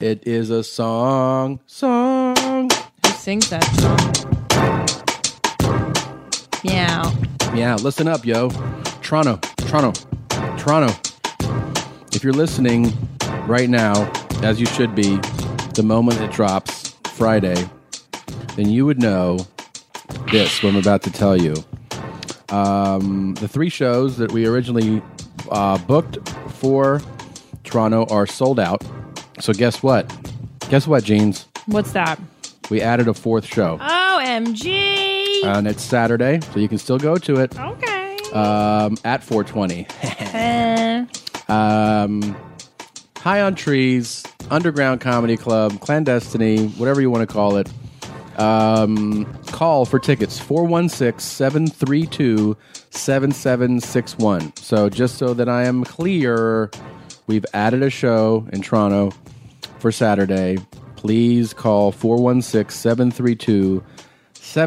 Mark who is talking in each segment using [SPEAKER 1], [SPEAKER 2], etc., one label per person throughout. [SPEAKER 1] It is a song, song,
[SPEAKER 2] Who sings that song? Meow.
[SPEAKER 1] Yeah, listen up, yo. Toronto, Toronto, Toronto. If you're listening right now, as you should be, the moment it drops Friday, then you would know this, what I'm about to tell you. Um, the three shows that we originally uh, booked for Toronto are sold out. So, guess what? Guess what, Jeans?
[SPEAKER 2] What's that?
[SPEAKER 1] We added a fourth show,
[SPEAKER 2] OMG.
[SPEAKER 1] and it's Saturday, so you can still go to it
[SPEAKER 2] okay.
[SPEAKER 1] um, at 420.
[SPEAKER 2] Uh,
[SPEAKER 1] um, High on Trees, Underground Comedy Club, Clandestiny, whatever you want to call it. Um, call for tickets 416 732 7761. So, just so that I am clear, we've added a show in Toronto for Saturday. Please call 416 732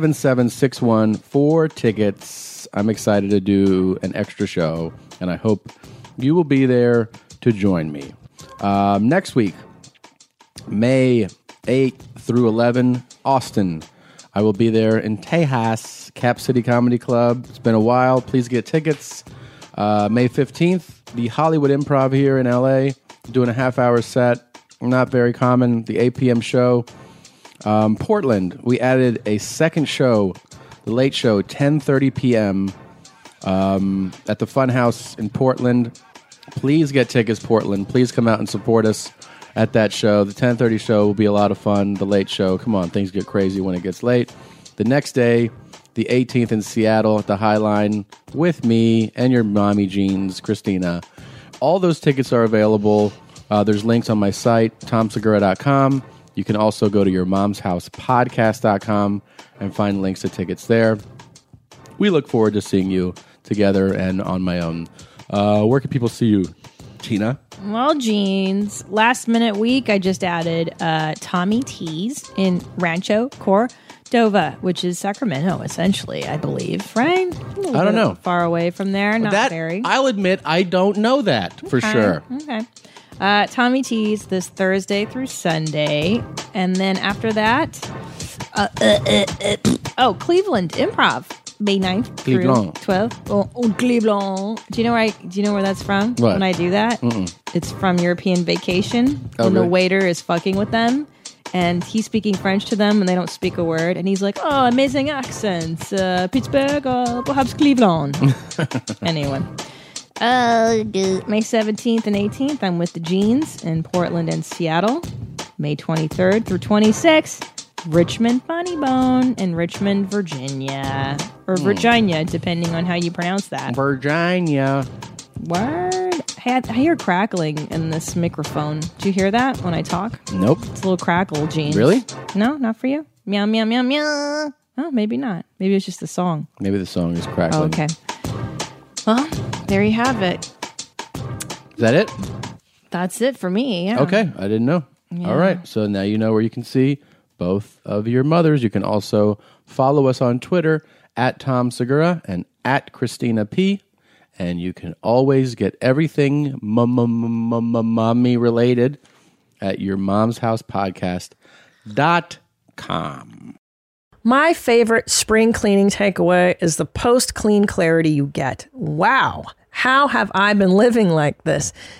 [SPEAKER 1] 7761 for tickets. I'm excited to do an extra show, and I hope you will be there to join me. Um, next week, May 8th through 11, Austin. I will be there in Tejas, Cap City Comedy Club. It's been a while. Please get tickets. Uh, May 15th, the Hollywood Improv here in LA, doing a half hour set. Not very common. The 8 p.m. show. Um, Portland, we added a second show, the late show, 10.30 p.m. Um, at the Funhouse in Portland. Please get tickets, Portland. Please come out and support us at that show. The 10.30 show will be a lot of fun. The late show, come on, things get crazy when it gets late. The next day, the 18th in Seattle at the High Line with me and your mommy jeans, Christina. All those tickets are available. Uh, there's links on my site, tomsegura.com. You can also go to your mom's house podcast.com and find links to tickets there. We look forward to seeing you together and on my own. Uh, where can people see you, Tina?
[SPEAKER 2] well, jeans. Last minute week, I just added uh, Tommy T's in Rancho Cordova, which is Sacramento, essentially, I believe, right? A little
[SPEAKER 1] I
[SPEAKER 2] bit
[SPEAKER 1] don't know.
[SPEAKER 2] Far away from there, not
[SPEAKER 1] that
[SPEAKER 2] very.
[SPEAKER 1] I'll admit I don't know that for
[SPEAKER 2] Okay,
[SPEAKER 1] sure.
[SPEAKER 2] Okay. Uh, Tommy T's this Thursday through Sunday. And then after that, uh, uh, uh, uh, oh, Cleveland Improv. May 9th through
[SPEAKER 1] Cleveland.
[SPEAKER 2] 12th. Oh, oh, Cleveland. Do you know where I, do you know where that's from?
[SPEAKER 1] What?
[SPEAKER 2] When I do that? It's from European Vacation.
[SPEAKER 1] Oh,
[SPEAKER 2] and
[SPEAKER 1] really?
[SPEAKER 2] the waiter is fucking with them. And he's speaking French to them, and they don't speak a word. And he's like, "Oh, amazing accents, uh, Pittsburgh or perhaps Cleveland." anyway, uh, May 17th and 18th, I'm with the Jeans in Portland and Seattle. May 23rd through 26th, Richmond Funny Bone in Richmond, Virginia. Or
[SPEAKER 1] Hmm.
[SPEAKER 2] Virginia, depending on how you pronounce that.
[SPEAKER 1] Virginia.
[SPEAKER 2] Word. Hey, I, I hear crackling in this microphone. Do you hear that when I talk?
[SPEAKER 1] Nope.
[SPEAKER 2] It's a little crackle, Jeans.
[SPEAKER 1] Really?
[SPEAKER 2] No, not for you. Meow, meow, meow, meow. Oh, maybe not. Maybe it's just the song.
[SPEAKER 1] Maybe the song is
[SPEAKER 2] Oh,
[SPEAKER 1] crackling.
[SPEAKER 2] okay. Well, there you have it.
[SPEAKER 1] Is that it?
[SPEAKER 2] That's it for me. Yeah.
[SPEAKER 1] Okay, I didn't know. All right, so now you know where you can see both of your mothers. You can also follow us on Twitter at Tom Segura and at Christina P. And you can always get everything mum- mum- mum- mum- mum- mommy related at your mom's house podcast dot com.
[SPEAKER 3] My favorite spring cleaning takeaway is the post clean clarity you get. Wow, how have I been living like this?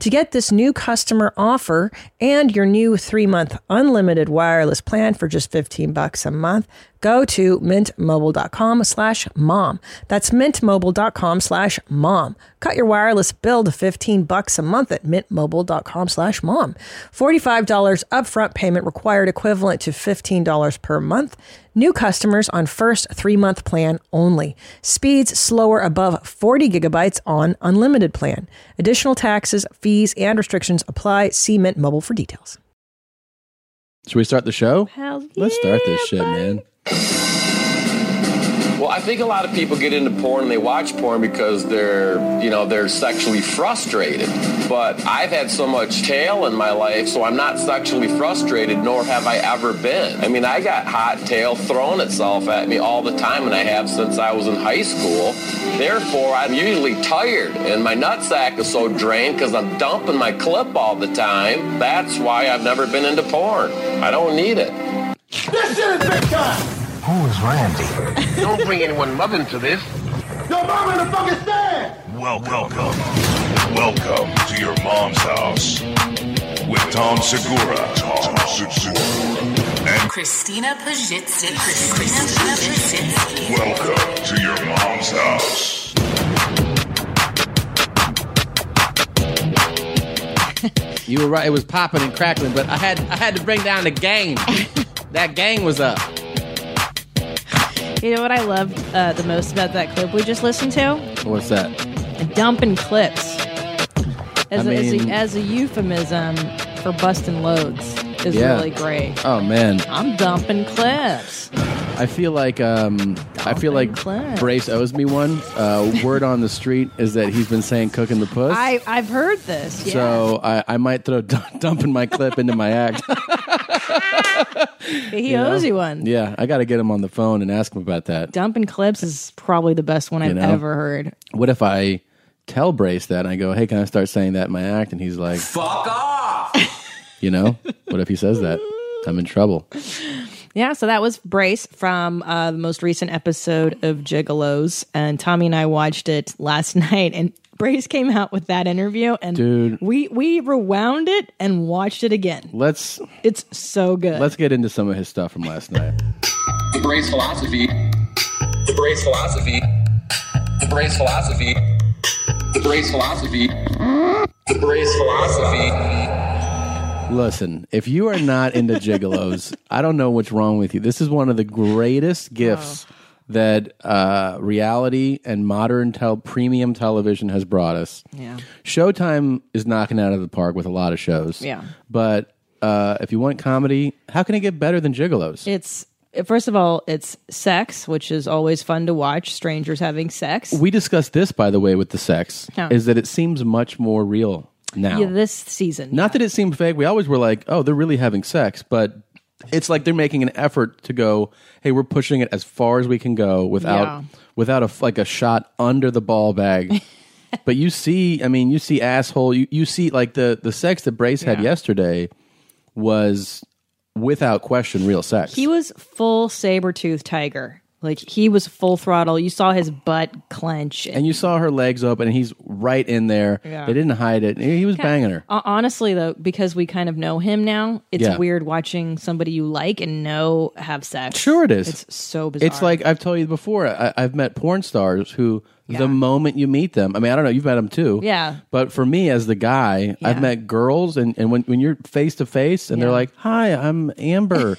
[SPEAKER 3] To get this new customer offer and your new three month unlimited wireless plan for just 15 bucks a month, go to mintmobile.com slash mom. That's mintmobile.com slash mom. Cut your wireless bill to 15 bucks a month at mintmobile.com slash mom. $45 upfront payment required equivalent to $15 per month. New customers on first three month plan only. Speeds slower above 40 gigabytes on unlimited plan. Additional taxes, fees, and restrictions apply. See Mint Mobile for details.
[SPEAKER 1] Should we start the show?
[SPEAKER 2] Hell
[SPEAKER 1] Let's start this
[SPEAKER 2] yeah,
[SPEAKER 1] shit,
[SPEAKER 2] bud.
[SPEAKER 1] man.
[SPEAKER 4] Well, I think a lot of people get into porn and they watch porn because they're, you know, they're sexually frustrated. But I've had so much tail in my life, so I'm not sexually frustrated, nor have I ever been. I mean, I got hot tail thrown itself at me all the time, and I have since I was in high school. Therefore, I'm usually tired, and my nutsack is so drained because I'm dumping my clip all the time. That's why I've never been into porn. I don't need it.
[SPEAKER 5] This shit is big time.
[SPEAKER 6] Who is Randy?
[SPEAKER 4] Don't bring anyone love into this.
[SPEAKER 5] Your mom in the fucking stand.
[SPEAKER 7] Welcome. Welcome to your mom's house with Tom Segura. Tom Segura. And
[SPEAKER 8] Christina Pajitsky. Christina Pajitsky.
[SPEAKER 7] welcome to your mom's house.
[SPEAKER 1] You were right. It was popping and crackling, but I had I had to bring down the gang. that gang was up.
[SPEAKER 2] You know what I loved uh, the most about that clip we just listened to?
[SPEAKER 1] What's that?
[SPEAKER 2] Dumping clips. As,
[SPEAKER 1] I
[SPEAKER 2] a, as,
[SPEAKER 1] mean-
[SPEAKER 2] a, as a euphemism for busting loads is
[SPEAKER 1] Yeah.
[SPEAKER 2] really great.
[SPEAKER 1] Oh man,
[SPEAKER 2] I'm dumping clips.
[SPEAKER 1] I feel like um, I feel like
[SPEAKER 2] Clint.
[SPEAKER 1] Brace owes me one. Uh, word on the street is that he's been saying "cooking the puss,"
[SPEAKER 2] I, I've heard this. Yeah.
[SPEAKER 1] so I, I might throw d- dumping my clip into my act.
[SPEAKER 2] he owes you one.
[SPEAKER 1] yeah, I got to get him on the phone and ask him about that.
[SPEAKER 2] Dumping clips is probably the best one I've
[SPEAKER 1] know?
[SPEAKER 2] ever heard.
[SPEAKER 1] What if I tell Brace that and I go, "Hey, can I start saying that in my act?" And he's like, "Fuck off," you know. What if he says that? I'm in trouble.
[SPEAKER 2] Yeah, so that was Brace from uh, the most recent episode of Gigolos, and Tommy and I watched it last night. And Brace came out with that interview, and
[SPEAKER 1] Dude.
[SPEAKER 2] we we rewound it and watched it again.
[SPEAKER 1] Let's
[SPEAKER 2] It's so good.
[SPEAKER 1] let's get into some of his stuff from last night.
[SPEAKER 4] The Brace philosophy. The Brace philosophy. The Brace philosophy. The Brace philosophy. The Brace philosophy.
[SPEAKER 1] Listen, if you are not into gigolos, I don't know what's wrong with you. This is one of the greatest
[SPEAKER 2] Oh.
[SPEAKER 1] gifts that uh, reality and modern tel- premium television has brought us.
[SPEAKER 2] yeah,
[SPEAKER 1] Showtime is knocking it out of the park with a lot of shows.
[SPEAKER 2] Yeah.
[SPEAKER 1] But uh, if you want comedy, how can it get better than gigolos?
[SPEAKER 2] it's first of all, it's sex, which is always fun to watch. Strangers having sex.
[SPEAKER 1] we discussed this, by the way, with the sex,
[SPEAKER 2] Yeah.
[SPEAKER 1] is that it seems much more real now.
[SPEAKER 2] Yeah, this season.
[SPEAKER 1] Not that it seemed fake. We always were like, oh, they're really having sex, but it's like they're making an effort to go, hey, we're pushing it as far as we can go without
[SPEAKER 2] Yeah.
[SPEAKER 1] without a like a shot under the ball bag. but you see, I mean, you see asshole. You you see like the the sex that Brace had
[SPEAKER 2] Yeah.
[SPEAKER 1] yesterday was without question real sex.
[SPEAKER 2] He was full saber tooth tiger. Like he was full throttle. You saw his butt clench.
[SPEAKER 1] and you saw her legs open, and he's right in there.
[SPEAKER 2] Yeah.
[SPEAKER 1] They didn't hide it. He he was banging her.
[SPEAKER 2] Hon- Honestly, though, because we kind of know him now, it's
[SPEAKER 1] Yeah.
[SPEAKER 2] weird watching somebody you like and know have sex.
[SPEAKER 1] Sure it is.
[SPEAKER 2] It's so bizarre.
[SPEAKER 1] It's like I've told you before. I, I've met porn stars who, the moment you meet them, I mean, I don't know, you've met them too.
[SPEAKER 2] Yeah.
[SPEAKER 1] But for me, as the guy, I've
[SPEAKER 2] Yeah.
[SPEAKER 1] met girls, and, and when, when you're face to face and they're
[SPEAKER 2] Yeah.
[SPEAKER 1] like, Hi, I'm Amber,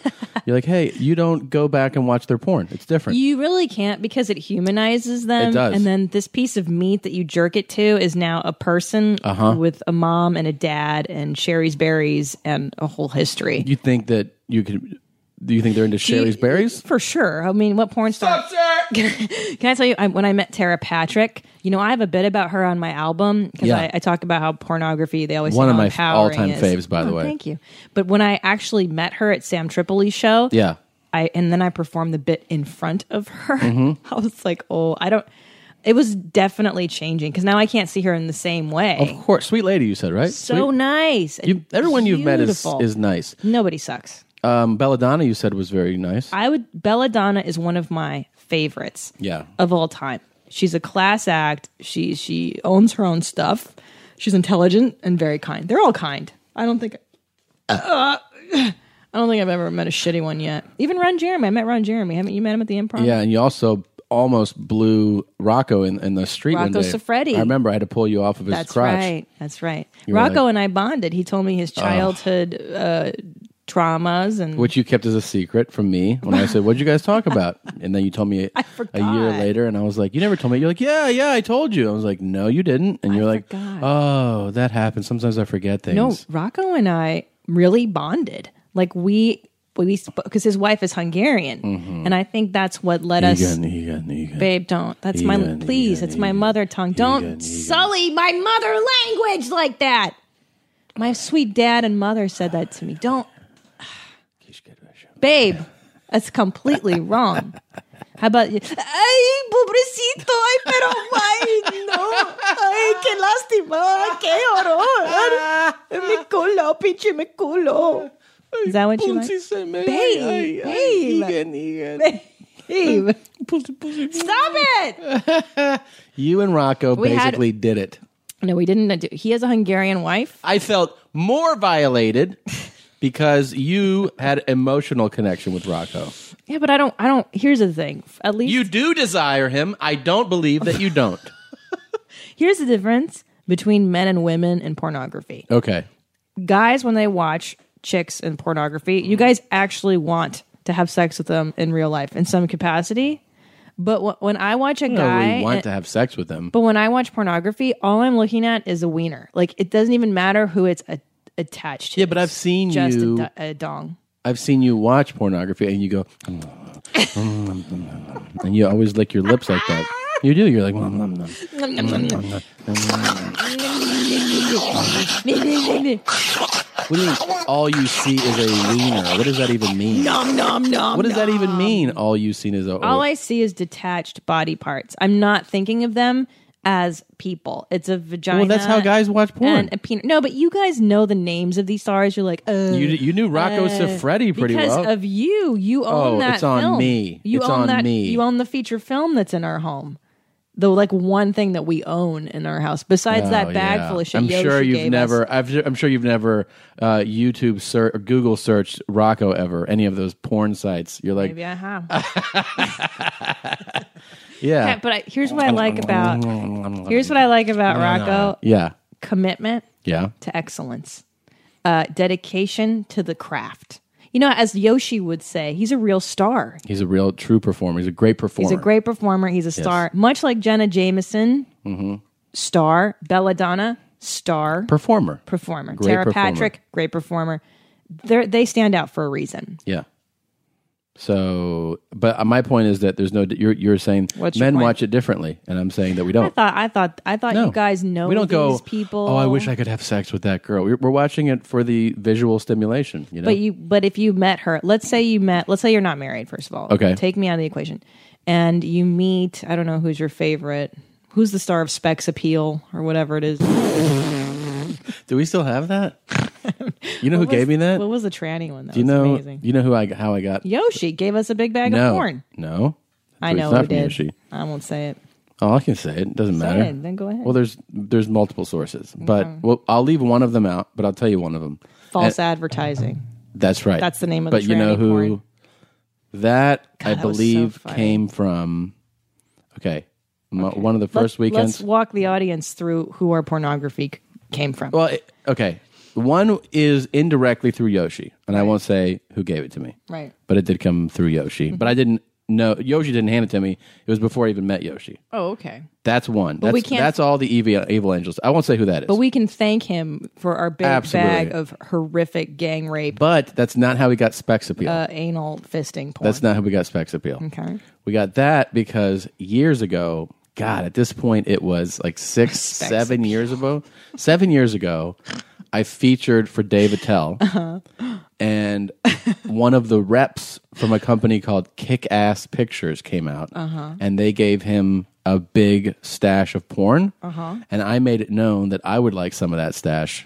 [SPEAKER 1] you're like, Hey, you don't go back and watch their porn. It's different.
[SPEAKER 2] you really can't because it humanizes them.
[SPEAKER 1] It does.
[SPEAKER 2] And then this piece of meat that you jerk it to is now a person
[SPEAKER 1] Uh-huh.
[SPEAKER 2] with a mom and a dad and Sherry's berries and a whole history.
[SPEAKER 1] you think that you could, do you think they're into
[SPEAKER 2] Do you-
[SPEAKER 1] Sherry's berries?
[SPEAKER 2] for sure. I mean, what porn star? Can I tell you I, when I met Tara Patrick? You know, I have a bit about her on my album because
[SPEAKER 1] Yeah.
[SPEAKER 2] I, I talk about how pornography. They always
[SPEAKER 1] One
[SPEAKER 2] say
[SPEAKER 1] of
[SPEAKER 2] how
[SPEAKER 1] my f-
[SPEAKER 2] empowering
[SPEAKER 1] all-time
[SPEAKER 2] it is.
[SPEAKER 1] faves, by the
[SPEAKER 2] Oh,
[SPEAKER 1] way.
[SPEAKER 2] Thank you. But when I actually met her at Sam Tripoli's show,
[SPEAKER 1] Yeah.
[SPEAKER 2] I and then I performed the bit in front of her.
[SPEAKER 1] Mm-hmm.
[SPEAKER 2] I was like, oh, I don't. It was definitely changing because now I can't see her in the same way.
[SPEAKER 1] Of course. Sweet lady, you said, right?
[SPEAKER 2] so
[SPEAKER 1] Sweet-
[SPEAKER 2] nice. and
[SPEAKER 1] you, everyone you've met is,
[SPEAKER 2] beautiful.
[SPEAKER 1] is nice.
[SPEAKER 2] nobody sucks.
[SPEAKER 1] Um, Belladonna, you said, was very nice.
[SPEAKER 2] I would Belladonna is one of my favorites.
[SPEAKER 1] Yeah.
[SPEAKER 2] Of all time. She's a class act. She she owns her own stuff. She's intelligent and very kind. They're all kind. I don't think Uh, I don't think I've ever met a shitty one yet. Even Ron Jeremy. I met Ron Jeremy. Haven't you met him at the improv?
[SPEAKER 1] Yeah, and you also almost blew Rocco in, in the street. one
[SPEAKER 2] Rocco
[SPEAKER 1] day.
[SPEAKER 2] Siffredi.
[SPEAKER 1] I remember I had to pull you off of his
[SPEAKER 2] That's
[SPEAKER 1] crotch.
[SPEAKER 2] right. That's right.
[SPEAKER 1] were
[SPEAKER 2] Rocco
[SPEAKER 1] like- Oh.
[SPEAKER 2] and I bonded. He told me his childhood uh, traumas and
[SPEAKER 1] Which you kept as a secret from me when I said, What'd you guys talk about? And then you told me a, a year
[SPEAKER 2] forgot.
[SPEAKER 1] later, and I was like, You never told me. You're like, Yeah, yeah, I told you. I was like, No, you didn't. And you're like,
[SPEAKER 2] forgot.
[SPEAKER 1] Oh, that happens. Sometimes I forget things.
[SPEAKER 2] No, Rocco and I really bonded. Like we we because his wife is Hungarian, and I think that's what led us.
[SPEAKER 1] Egan, Egan.
[SPEAKER 2] Babe, don't. That's my
[SPEAKER 1] Egan,
[SPEAKER 2] please.
[SPEAKER 1] Egan,
[SPEAKER 2] it's my
[SPEAKER 1] Egan.
[SPEAKER 2] mother tongue. Don't
[SPEAKER 1] Egan, Egan.
[SPEAKER 2] sully my mother language like that. My sweet dad and mother said that to me. Don't, babe. That's completely wrong. How about you? Ay, pobrecito, ay, pero ay, no. Ay, qué lástima, ay, qué horror. Mi culo, pinche mi culo. Is that what you like? Babe, babe, babe. Stop it!
[SPEAKER 1] You and Rocco
[SPEAKER 2] We had-
[SPEAKER 1] basically did it.
[SPEAKER 2] No, we didn't. Do, he has a Hungarian wife.
[SPEAKER 1] I felt more violated because you had emotional connection with Rocco.
[SPEAKER 2] Yeah, but I don't. I don't. Here's the thing. At least
[SPEAKER 1] You do desire him. I don't believe that you don't.
[SPEAKER 2] here's the difference between men and women in pornography.
[SPEAKER 1] Okay.
[SPEAKER 2] Guys, when they watch chicks in pornography, you guys actually want to have sex with them in real life in some capacity. But wh- when I watch a
[SPEAKER 1] I
[SPEAKER 2] guy,
[SPEAKER 1] really want
[SPEAKER 2] and-
[SPEAKER 1] to have sex with him.
[SPEAKER 2] but when I watch pornography, all I'm looking at is a wiener. Like it doesn't even matter who it's a- attached to.
[SPEAKER 1] Yeah, but I've
[SPEAKER 2] It's
[SPEAKER 1] seen
[SPEAKER 2] just
[SPEAKER 1] you-
[SPEAKER 2] a, do- a dong.
[SPEAKER 1] I've seen you watch pornography and you go, and you always lick your lips like that. You do. You're like, "Mm, "Nom, nom, nom." what do you mean? All you see is a wiener. What does that even mean?
[SPEAKER 2] Nom nom nom.
[SPEAKER 1] What does that even mean? All you've seen is a. Oh,
[SPEAKER 2] all I see is detached body parts. I'm not thinking of them as people. It's a vagina.
[SPEAKER 1] well, that's how guys watch porn.
[SPEAKER 2] and a penis. No, but you guys know the names of these stars. You're like, uh,
[SPEAKER 1] you, you knew Rocco
[SPEAKER 2] uh,
[SPEAKER 1] Siffredi pretty
[SPEAKER 2] because
[SPEAKER 1] well.
[SPEAKER 2] of you. You own
[SPEAKER 1] Oh,
[SPEAKER 2] that.
[SPEAKER 1] it's on
[SPEAKER 2] film.
[SPEAKER 1] me.
[SPEAKER 2] You
[SPEAKER 1] It's
[SPEAKER 2] own
[SPEAKER 1] on
[SPEAKER 2] that.
[SPEAKER 1] me.
[SPEAKER 2] You own the feature film that's in our home. The like one thing that we own in our house besides
[SPEAKER 1] Oh,
[SPEAKER 2] that bag
[SPEAKER 1] yeah.
[SPEAKER 2] full of shit.
[SPEAKER 1] I'm
[SPEAKER 2] Yoshi
[SPEAKER 1] sure you've
[SPEAKER 2] gave us.
[SPEAKER 1] never. I've, I'm sure you've never uh, YouTube search or Google searched Rocco ever any of those porn sites. You're like,
[SPEAKER 2] Maybe I have.
[SPEAKER 1] yeah,
[SPEAKER 2] Yeah, but I, here's what I like about here's what I like about Rocco
[SPEAKER 1] yeah,
[SPEAKER 2] commitment.
[SPEAKER 1] yeah.
[SPEAKER 2] to excellence, uh, dedication to the craft. You know, as Yoshi would say, he's a real star.
[SPEAKER 1] He's a real true performer. He's a great performer.
[SPEAKER 2] He's a great performer. He's a star, much like Jenna Jameson,
[SPEAKER 1] Mm-hmm.
[SPEAKER 2] star. Belladonna, star
[SPEAKER 1] performer.
[SPEAKER 2] performer.
[SPEAKER 1] Great
[SPEAKER 2] Tara
[SPEAKER 1] performer.
[SPEAKER 2] Patrick, great performer. They're, they stand out for a reason.
[SPEAKER 1] yeah. So, but uh, my point is that there's no. You're you're saying
[SPEAKER 2] What's your
[SPEAKER 1] men
[SPEAKER 2] point?
[SPEAKER 1] watch it differently, and I'm saying that we don't.
[SPEAKER 2] I thought, I thought, I thought
[SPEAKER 1] No.
[SPEAKER 2] you guys know
[SPEAKER 1] we don't
[SPEAKER 2] these
[SPEAKER 1] go,
[SPEAKER 2] people.
[SPEAKER 1] Oh, I wish I could have sex with that girl. We're, we're watching it for the visual stimulation. You know,
[SPEAKER 2] But you, but if you met her, let's say you met, let's say you're not married. First of all,
[SPEAKER 1] Okay.
[SPEAKER 2] take me out of the equation, and you meet. I don't know who's your favorite. Who's the star of Specs Appeal or whatever it is?
[SPEAKER 1] do we still have that? You know who gave me that?
[SPEAKER 2] What was the tranny one? That
[SPEAKER 1] you
[SPEAKER 2] was
[SPEAKER 1] know,
[SPEAKER 2] amazing.
[SPEAKER 1] you know who I how I got.
[SPEAKER 2] Yoshi gave us a big bag
[SPEAKER 1] no,
[SPEAKER 2] of porn.
[SPEAKER 1] no,
[SPEAKER 2] I
[SPEAKER 1] It's
[SPEAKER 2] know
[SPEAKER 1] not
[SPEAKER 2] who
[SPEAKER 1] from
[SPEAKER 2] did.
[SPEAKER 1] Yoshi.
[SPEAKER 2] I won't say it.
[SPEAKER 1] Oh, I can say it. It doesn't matter.
[SPEAKER 2] it, then go ahead.
[SPEAKER 1] Well, there's there's multiple sources, but well, I'll leave one of them out. But I'll tell you one of them.
[SPEAKER 2] False
[SPEAKER 1] And-
[SPEAKER 2] advertising.
[SPEAKER 1] That's right.
[SPEAKER 2] That's the name of
[SPEAKER 1] but
[SPEAKER 2] the
[SPEAKER 1] you know
[SPEAKER 2] tranny
[SPEAKER 1] who
[SPEAKER 2] porn.
[SPEAKER 1] that I
[SPEAKER 2] God, that was so
[SPEAKER 1] believe
[SPEAKER 2] funny.
[SPEAKER 1] came from. Okay, m- one of the first
[SPEAKER 2] Let-
[SPEAKER 1] weekends.
[SPEAKER 2] Let's walk the audience through who our pornography c- came from.
[SPEAKER 1] Well, it, okay. One is indirectly through Yoshi, and I won't say who gave it to me.
[SPEAKER 2] Right.
[SPEAKER 1] But it did come through Yoshi. But I didn't know Yoshi didn't hand it to me. It was before I even met Yoshi.
[SPEAKER 2] oh, okay.
[SPEAKER 1] That's one. But that's,
[SPEAKER 2] we can't-
[SPEAKER 1] that's all the evil, evil angels. I won't say who that is.
[SPEAKER 2] But we can thank him for our big
[SPEAKER 1] Absolutely.
[SPEAKER 2] bag of horrific gang rape,
[SPEAKER 1] But that's not how we got Specs Appeal.
[SPEAKER 2] uh, anal fisting porn.
[SPEAKER 1] that's not how we got Specs Appeal.
[SPEAKER 2] Okay.
[SPEAKER 1] We got that because years ago, God, at this point, it was like six, seven years ago. Seven years ago, I featured for Dave Attell. And one of the reps from a company called Kick Ass Pictures came out. And they gave him a big stash of porn. And I made it known that I would like some of that stash.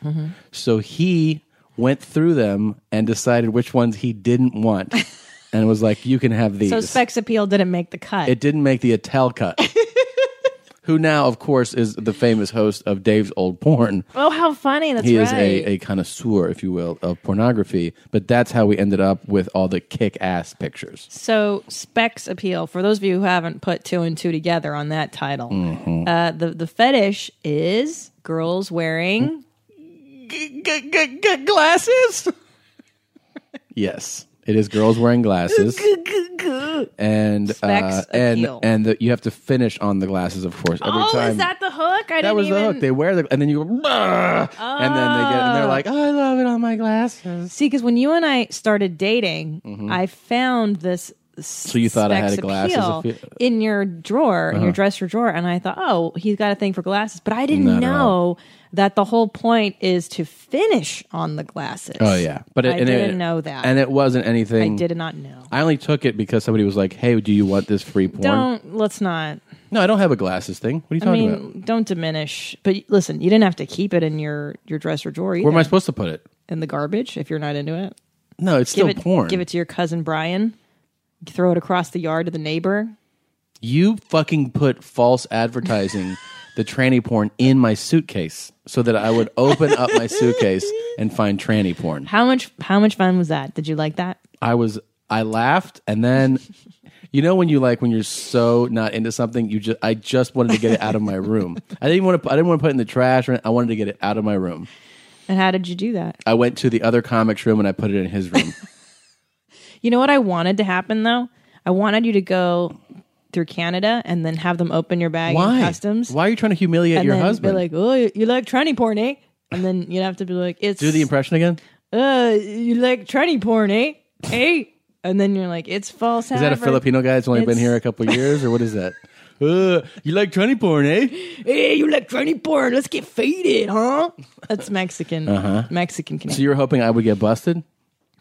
[SPEAKER 1] So he went through them and decided which ones he didn't want. And was like, you can have these.
[SPEAKER 2] So Specs Appeal didn't make the cut.
[SPEAKER 1] It didn't make the Attell cut. who now, of course, is the famous host of Dave's Old Porn.
[SPEAKER 2] oh, how funny! That's
[SPEAKER 1] he
[SPEAKER 2] right.
[SPEAKER 1] is a, a connoisseur, if you will, of pornography. But that's how we ended up with all the kick ass pictures.
[SPEAKER 2] so Specs Appeal. For those of you who haven't put two and two together on that title,
[SPEAKER 1] Mm-hmm.
[SPEAKER 2] uh, the the fetish is girls wearing
[SPEAKER 1] Glasses? yes. It is girls wearing glasses.
[SPEAKER 2] Oh,
[SPEAKER 1] and uh,
[SPEAKER 2] Specs
[SPEAKER 1] and
[SPEAKER 2] appeal.
[SPEAKER 1] and the, you have to finish on the glasses, of course. Every
[SPEAKER 2] oh,
[SPEAKER 1] time
[SPEAKER 2] is that the hook? I
[SPEAKER 1] that
[SPEAKER 2] didn't
[SPEAKER 1] was
[SPEAKER 2] even.
[SPEAKER 1] the hook. They wear the and then you go, "Bah!" and then they get and they're like, I love it on my glasses.
[SPEAKER 2] See, because when you and I started dating, I found this. So
[SPEAKER 1] Mm-hmm. you thought I had a glass as a fe-
[SPEAKER 2] in your drawer,
[SPEAKER 1] Uh-huh.
[SPEAKER 2] in your dresser drawer, and I thought, oh, he's got a thing for glasses, but I didn't
[SPEAKER 1] Not at all.
[SPEAKER 2] know that the whole point is to finish on the glasses.
[SPEAKER 1] Oh yeah, but
[SPEAKER 2] I
[SPEAKER 1] it, and it-
[SPEAKER 2] didn't know that.
[SPEAKER 1] and it wasn't anything.
[SPEAKER 2] I did not know.
[SPEAKER 1] I only took it because somebody was like, "Hey, do you want this free porn?"
[SPEAKER 2] Don't let's not.
[SPEAKER 1] No, I don't have a glasses thing. What are you
[SPEAKER 2] I
[SPEAKER 1] talking
[SPEAKER 2] mean,
[SPEAKER 1] about?
[SPEAKER 2] don't diminish. But listen, you didn't have to keep it in your your dresser drawer either.
[SPEAKER 1] Where am I supposed to put it?
[SPEAKER 2] in the garbage if you're not into it.
[SPEAKER 1] No, it's
[SPEAKER 2] Give
[SPEAKER 1] still
[SPEAKER 2] it
[SPEAKER 1] porn.
[SPEAKER 2] give it to your cousin Brian. Throw it across the yard to the neighbor.
[SPEAKER 1] you fucking put false advertising, the tranny porn, in my suitcase so that I would open up my suitcase and find tranny porn.
[SPEAKER 2] How much how much fun was that? Did you like that?
[SPEAKER 1] I was I laughed and then you know when you like when you're so not into something you just I just wanted to get it out of my room. I didn't want to I didn't want to put it in the trash or I wanted to get it out of my room.
[SPEAKER 2] And how did you do that?
[SPEAKER 1] I went to the other comic's room and I put it in his room.
[SPEAKER 2] You know what I wanted to happen though? I wanted you to go through Canada and then have them open your bag
[SPEAKER 1] Why?
[SPEAKER 2] in customs.
[SPEAKER 1] Why are you trying to humiliate
[SPEAKER 2] and
[SPEAKER 1] your
[SPEAKER 2] then
[SPEAKER 1] husband?
[SPEAKER 2] Be like, oh, you, you like tranny porn, eh? And then you'd have to be like, it's
[SPEAKER 1] Do the impression again?
[SPEAKER 2] uh, you like tranny porn, eh? Hey, and then you're like, it's false.
[SPEAKER 1] Is that a Filipino guy that's only been
[SPEAKER 2] It's-
[SPEAKER 1] here a couple years or what is that? Uh, you like tranny porn, eh?
[SPEAKER 2] Hey, you like tranny porn? Let's get faded, huh? That's Mexican. Mexican
[SPEAKER 1] Uh-huh. So
[SPEAKER 2] Canadian.
[SPEAKER 1] you were hoping I would get busted?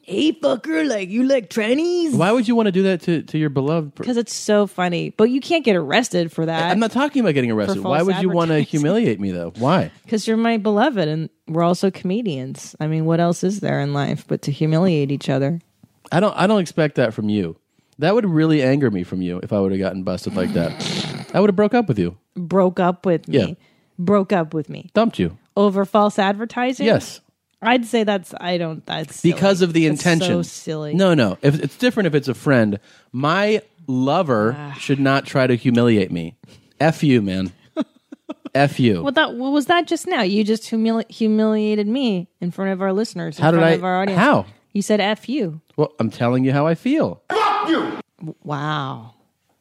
[SPEAKER 2] hey, fucker, like you like trannies?
[SPEAKER 1] Why would you want to do that to, to your beloved? per-
[SPEAKER 2] Because it's so funny, but you can't get arrested for that.
[SPEAKER 1] I'm not talking about getting arrested. Why
[SPEAKER 2] false
[SPEAKER 1] would you want to
[SPEAKER 2] advertising.
[SPEAKER 1] humiliate me though? Why?
[SPEAKER 2] Because you're my beloved, and we're also comedians. I mean, what else is there in life but to humiliate each other?
[SPEAKER 1] I don't I don't expect that from you. That would really anger me from you if I would have gotten busted like that. I would have broke up with you.
[SPEAKER 2] Broke up with me.
[SPEAKER 1] Yeah.
[SPEAKER 2] Broke up with me
[SPEAKER 1] Dumped you.
[SPEAKER 2] over false advertising.
[SPEAKER 1] Yes.
[SPEAKER 2] I'd say that's I don't. That's silly.
[SPEAKER 1] Because of the
[SPEAKER 2] That's
[SPEAKER 1] intention.
[SPEAKER 2] So silly.
[SPEAKER 1] No, no. If it's different if it's a friend. My lover should not try to humiliate me. F you, man. F you.
[SPEAKER 2] What that? What was that just now? You just humili- humiliated me in front of our listeners. In
[SPEAKER 1] How did
[SPEAKER 2] front
[SPEAKER 1] I-
[SPEAKER 2] Of our audience.
[SPEAKER 1] how?
[SPEAKER 2] You said "f you."
[SPEAKER 1] Well, I'm telling you how I feel.
[SPEAKER 5] Fuck you!
[SPEAKER 2] Wow.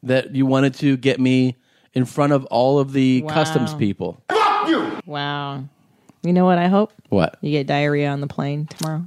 [SPEAKER 1] That you wanted to get me in front of all of the
[SPEAKER 2] Wow.
[SPEAKER 1] customs people.
[SPEAKER 5] Fuck you!
[SPEAKER 2] Wow. You know what? I hope
[SPEAKER 1] What?
[SPEAKER 2] you get diarrhea on the plane tomorrow.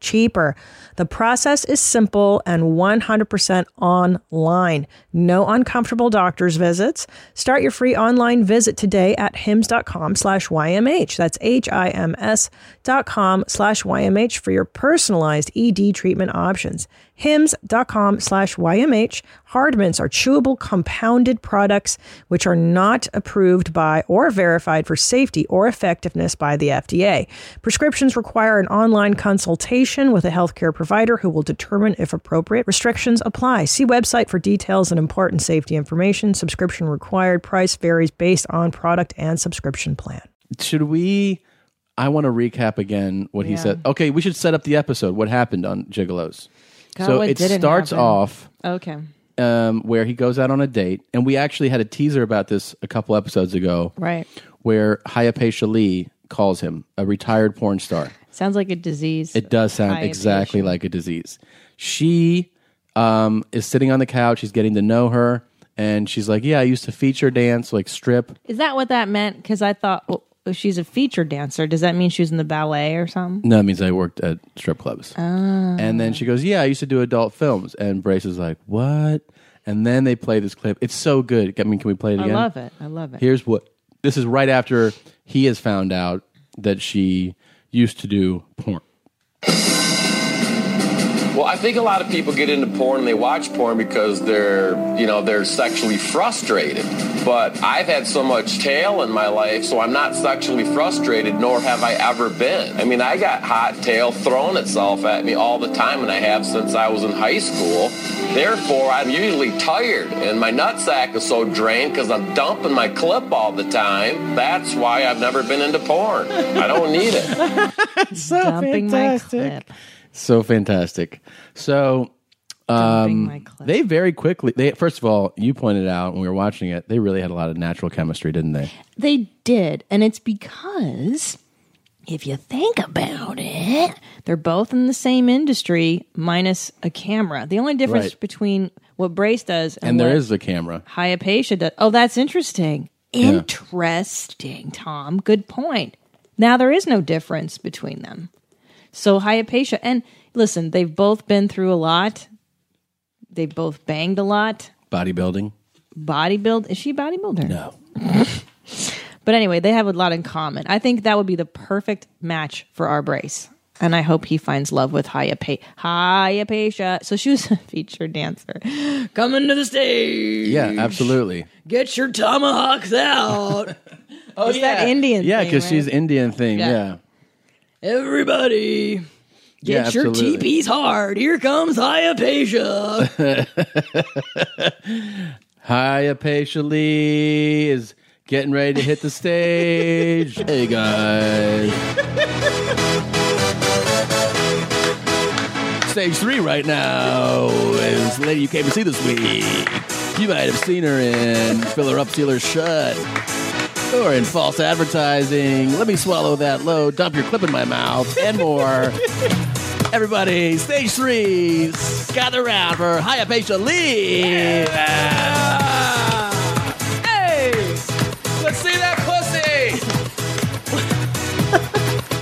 [SPEAKER 3] cheaper. The process is simple and 100% online. No uncomfortable doctor's visits. Start your free online visit today at hims.com slash YMH. That's H-I-M-S dot com slash YMH for your personalized ED treatment options. HIMS.com slash YMH. Hardmints are chewable compounded products which are not approved by or verified for safety or effectiveness by the FDA. Prescriptions require an online consultation with a healthcare provider who will determine if appropriate. Restrictions apply. See website for details and important safety information. Subscription required. Price varies based on product and subscription plan.
[SPEAKER 1] should we I want to recap again what he said. Okay, we should set up the episode. What happened on Gigolos?
[SPEAKER 2] God,
[SPEAKER 1] so
[SPEAKER 2] what
[SPEAKER 1] it
[SPEAKER 2] didn't
[SPEAKER 1] starts
[SPEAKER 2] happen?
[SPEAKER 1] off
[SPEAKER 2] Okay.
[SPEAKER 1] um, where he goes out on a date, and we actually had a teaser about this a couple episodes ago,
[SPEAKER 2] Right.
[SPEAKER 1] Where Hayapesh Ali calls him a retired porn star.
[SPEAKER 2] Sounds like a disease.
[SPEAKER 1] It does sound
[SPEAKER 2] High
[SPEAKER 1] exactly like a disease. She um, is sitting on the couch. He's getting to know her, and she's like, "Yeah, I used to feature dance, like strip."
[SPEAKER 2] Is that what that meant? Because I thought well, if she's a featured dancer. Does that mean she was in the ballet or something?
[SPEAKER 1] No, it means I worked at strip clubs.
[SPEAKER 2] Ah.
[SPEAKER 1] And then she goes, "Yeah, I used to do adult films." And Brace is like, "What?" And then they play this clip. It's so good. I mean, can we play it
[SPEAKER 2] I
[SPEAKER 1] again?
[SPEAKER 2] love it. I love it.
[SPEAKER 1] Here's what this is right after he has found out that she used to do porn.
[SPEAKER 4] Well, I think a lot of people get into porn and they watch porn because they're, you know, they're sexually frustrated. But I've had so much tail in my life, so I'm not sexually frustrated, nor have I ever been. I mean, I got hot tail thrown itself at me all the time, and I have since I was in high school. Therefore, I'm usually tired, and my nutsack is so drained because I'm dumping my clip all the time. That's why I've never been into porn. I don't need it.
[SPEAKER 1] So
[SPEAKER 2] Dumping my clip.
[SPEAKER 1] So fantastic. So um,
[SPEAKER 2] Dumping my clip.
[SPEAKER 1] they very quickly they first of all, you pointed out when we were watching it, they really had a lot of natural chemistry, didn't they?
[SPEAKER 2] They did. And it's because if you think about it, they're both in the same industry minus a camera. The only difference
[SPEAKER 1] Right.
[SPEAKER 2] between what Brace does and,
[SPEAKER 1] And there
[SPEAKER 2] what
[SPEAKER 1] is the camera.
[SPEAKER 2] Hypatia does. Oh, that's interesting. Interesting, Tom. Good point. Now there is no difference between them. So Hypatia and listen, they've both been through a lot. They've both banged a lot.
[SPEAKER 1] Bodybuilding.
[SPEAKER 2] Bodybuild is she a bodybuilder?
[SPEAKER 1] No.
[SPEAKER 2] But anyway, they have a lot in common. I think that would be the perfect match for our brace. And I hope he finds love with Hayape- Hayapecia. So she was a featured dancer. Come into the stage.
[SPEAKER 1] Yeah, absolutely.
[SPEAKER 2] Get your tomahawks out. oh, it's that Indian
[SPEAKER 1] Yeah,
[SPEAKER 2] thing,
[SPEAKER 1] because
[SPEAKER 2] right?
[SPEAKER 1] she's Indian thing.
[SPEAKER 2] Yeah.
[SPEAKER 1] Yeah.
[SPEAKER 2] Everybody, get
[SPEAKER 1] Yeah,
[SPEAKER 2] your
[SPEAKER 1] absolutely.
[SPEAKER 2] teepees hard. Here comes Hayapecia.
[SPEAKER 1] Hiya Patiently is getting ready to hit the stage. hey guys. Stage three right now is the lady you came to see this week. You might have seen her in Fill Her Up, Seal Her Shut, or in false advertising. Let me swallow that low, dump your clip in my mouth, and more. Everybody, stage three, gather around for Hiya Patient Lee. Hey! Let's see that pussy!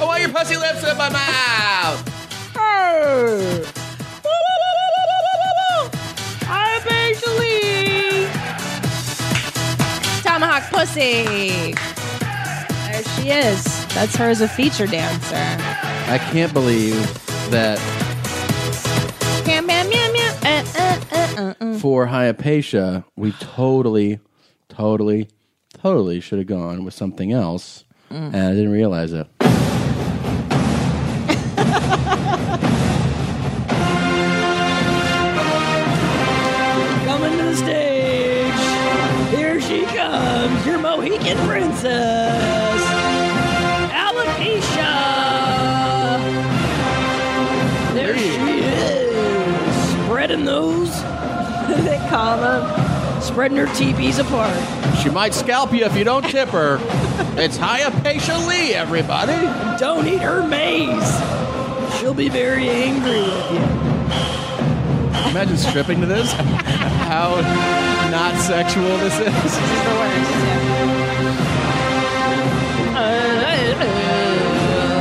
[SPEAKER 1] I want your pussy lips in my mouth!
[SPEAKER 2] I'm actually Tomahawk Pussy. There she is. That's her as a feature dancer.
[SPEAKER 1] I can't believe that
[SPEAKER 2] Meow, meow, meow, meow. Uh, uh, uh, uh, uh.
[SPEAKER 1] for Hypatia, we totally, totally, totally should have gone with something else. And I didn't realize it.
[SPEAKER 2] Coming to the stage. Here she comes, your Mohican princess. Alopecia. There she is. Spreading those. they call them. Spreading her teepees apart.
[SPEAKER 1] She might scalp you if you don't tip her. it's Hypatia Lee, everybody!
[SPEAKER 2] Don't eat her maze. She'll be very angry with you.
[SPEAKER 1] Imagine stripping to this. How not sexual this is.
[SPEAKER 2] She's the worst.
[SPEAKER 1] All right,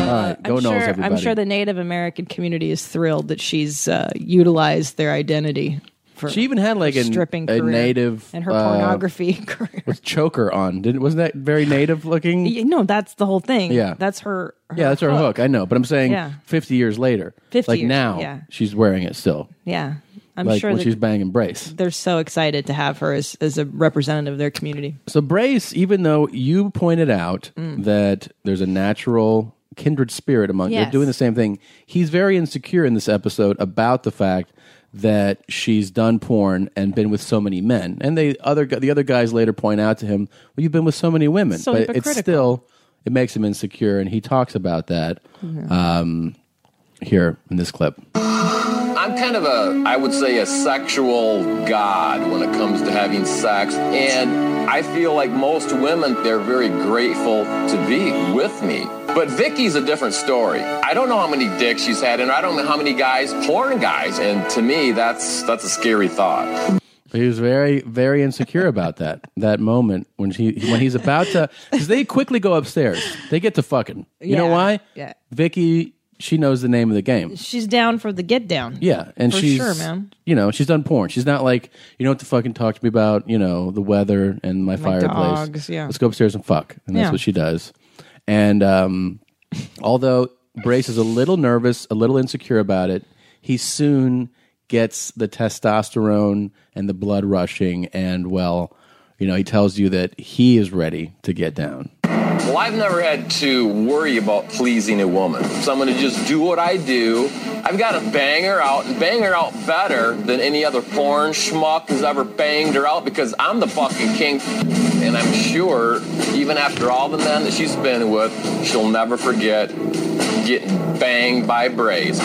[SPEAKER 1] go
[SPEAKER 2] Uh, I'm,
[SPEAKER 1] Knowles,
[SPEAKER 2] sure,
[SPEAKER 1] everybody.
[SPEAKER 2] I'm sure the Native American community is thrilled that she's uh, utilized their identity for
[SPEAKER 1] she even had like a,
[SPEAKER 2] stripping
[SPEAKER 1] a
[SPEAKER 2] career
[SPEAKER 1] native
[SPEAKER 2] and her
[SPEAKER 1] uh,
[SPEAKER 2] pornography career.
[SPEAKER 1] with choker on. Didn't wasn't that very native looking?
[SPEAKER 2] You no, that's the whole thing.
[SPEAKER 1] Yeah.
[SPEAKER 2] that's her. her
[SPEAKER 1] Yeah, that's her hook. I know, but I'm saying
[SPEAKER 2] Yeah.
[SPEAKER 1] 50 years later,
[SPEAKER 2] 50
[SPEAKER 1] like
[SPEAKER 2] years,
[SPEAKER 1] now,
[SPEAKER 2] yeah.
[SPEAKER 1] she's wearing it still.
[SPEAKER 2] Yeah, I'm
[SPEAKER 1] like
[SPEAKER 2] sure
[SPEAKER 1] when
[SPEAKER 2] that
[SPEAKER 1] she's banging Brace.
[SPEAKER 2] they're so excited to have her as, as a representative of their community.
[SPEAKER 1] So Brace, even though you pointed out
[SPEAKER 2] Mm.
[SPEAKER 1] that there's a natural kindred spirit among
[SPEAKER 2] Yes.
[SPEAKER 1] they're doing the same thing, he's very insecure in this episode about the fact that she's done porn and been with so many men. And they other gu- the other guys later point out to him, "Well, you've been with so many women."
[SPEAKER 2] So
[SPEAKER 1] but it's
[SPEAKER 2] hypocritical.
[SPEAKER 1] still it makes him insecure and he talks about that um, here in this clip.
[SPEAKER 4] I'm, I'm kind of a, I would say, a sexual god when it comes to having sex. And I feel like most women, they're very grateful to be with me. But Vicky's a different story. I don't know how many dicks she's had, and I don't know how many guys, porn guys. And to me, that's that's a scary thought.
[SPEAKER 1] He was very, very insecure about that that moment when he when he's about to because they quickly go upstairs. They get to fucking. You know
[SPEAKER 2] Yeah,
[SPEAKER 1] why?
[SPEAKER 2] yeah.
[SPEAKER 1] Vicky, she knows the name of the game.
[SPEAKER 2] She's down for the get down.
[SPEAKER 1] Yeah, and
[SPEAKER 2] For
[SPEAKER 1] she's
[SPEAKER 2] sure, man.
[SPEAKER 1] you know she's done porn. She's not like you know what to fucking talk to me about. You know the weather and my, fireplace.
[SPEAKER 2] dogs, yeah.
[SPEAKER 1] let's go upstairs and fuck, and that's
[SPEAKER 2] Yeah.
[SPEAKER 1] what she does. And um, although Brace is a little nervous, a little insecure about it, he soon gets the testosterone and the blood rushing, and well, you know he tells you that he is ready to get down.
[SPEAKER 4] Well, I've never had to worry about pleasing a woman. Someone to just do what I do. I've got to bang her out and bang her out better than any other porn schmuck has ever banged her out because I'm the fucking king. And I'm sure, even after all the men that she's been with, she'll never forget getting banged by Braze.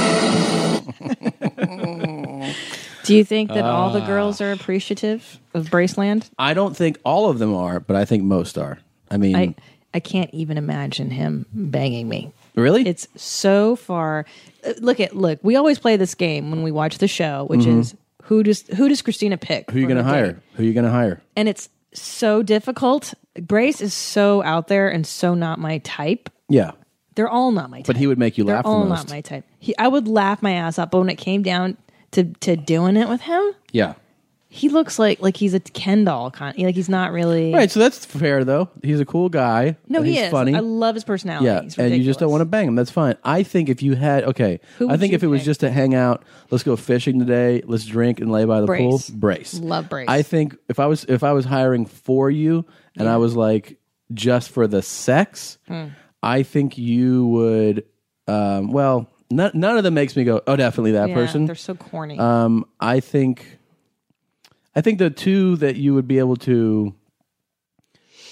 [SPEAKER 2] Do you think that all the
[SPEAKER 1] Ah.
[SPEAKER 2] girls are appreciative of Braceland?
[SPEAKER 1] I don't think all of them are, but I think most are. I mean,
[SPEAKER 2] I I can't even imagine him banging me.
[SPEAKER 1] really,
[SPEAKER 2] It's so far. uh, Look at look. We always play this game when we watch the show, which is who does who does Christina pick?
[SPEAKER 1] Mm-hmm. who are you going to hire? Who are you going to hire?
[SPEAKER 2] And it's so difficult. Brace is so out there and so not my type.
[SPEAKER 1] Yeah.
[SPEAKER 2] They're all not my type.
[SPEAKER 1] But he would make you
[SPEAKER 2] They're
[SPEAKER 1] laugh
[SPEAKER 2] all
[SPEAKER 1] the most.
[SPEAKER 2] not my type. He, I would laugh my ass off, but when it came down to to doing it with him,
[SPEAKER 1] yeah.
[SPEAKER 2] he looks like like he's a Ken doll kind. Like he's not really.
[SPEAKER 1] Right, so that's fair though. He's a cool guy.
[SPEAKER 2] No,
[SPEAKER 1] and
[SPEAKER 2] he
[SPEAKER 1] he's
[SPEAKER 2] is.
[SPEAKER 1] funny.
[SPEAKER 2] I love his personality.
[SPEAKER 1] yeah,
[SPEAKER 2] He's
[SPEAKER 1] and you just don't
[SPEAKER 2] ridiculous.
[SPEAKER 1] want to bang him. That's fine. I think if you had okay,
[SPEAKER 2] Who
[SPEAKER 1] I
[SPEAKER 2] would
[SPEAKER 1] think
[SPEAKER 2] you
[SPEAKER 1] if it was
[SPEAKER 2] pick?
[SPEAKER 1] just to hang out, let's go fishing today, let's drink and lay by the
[SPEAKER 2] Brace.
[SPEAKER 1] pool. Brace,
[SPEAKER 2] Love Brace.
[SPEAKER 1] I think if I was if I was hiring for you and I was like just for the sex,
[SPEAKER 2] Hmm.
[SPEAKER 1] I think you would. Um, well, none, none of them makes me go. Oh, definitely that
[SPEAKER 2] Yeah,
[SPEAKER 1] person.
[SPEAKER 2] They're so corny.
[SPEAKER 1] Um, I think, I think the two that you would be able to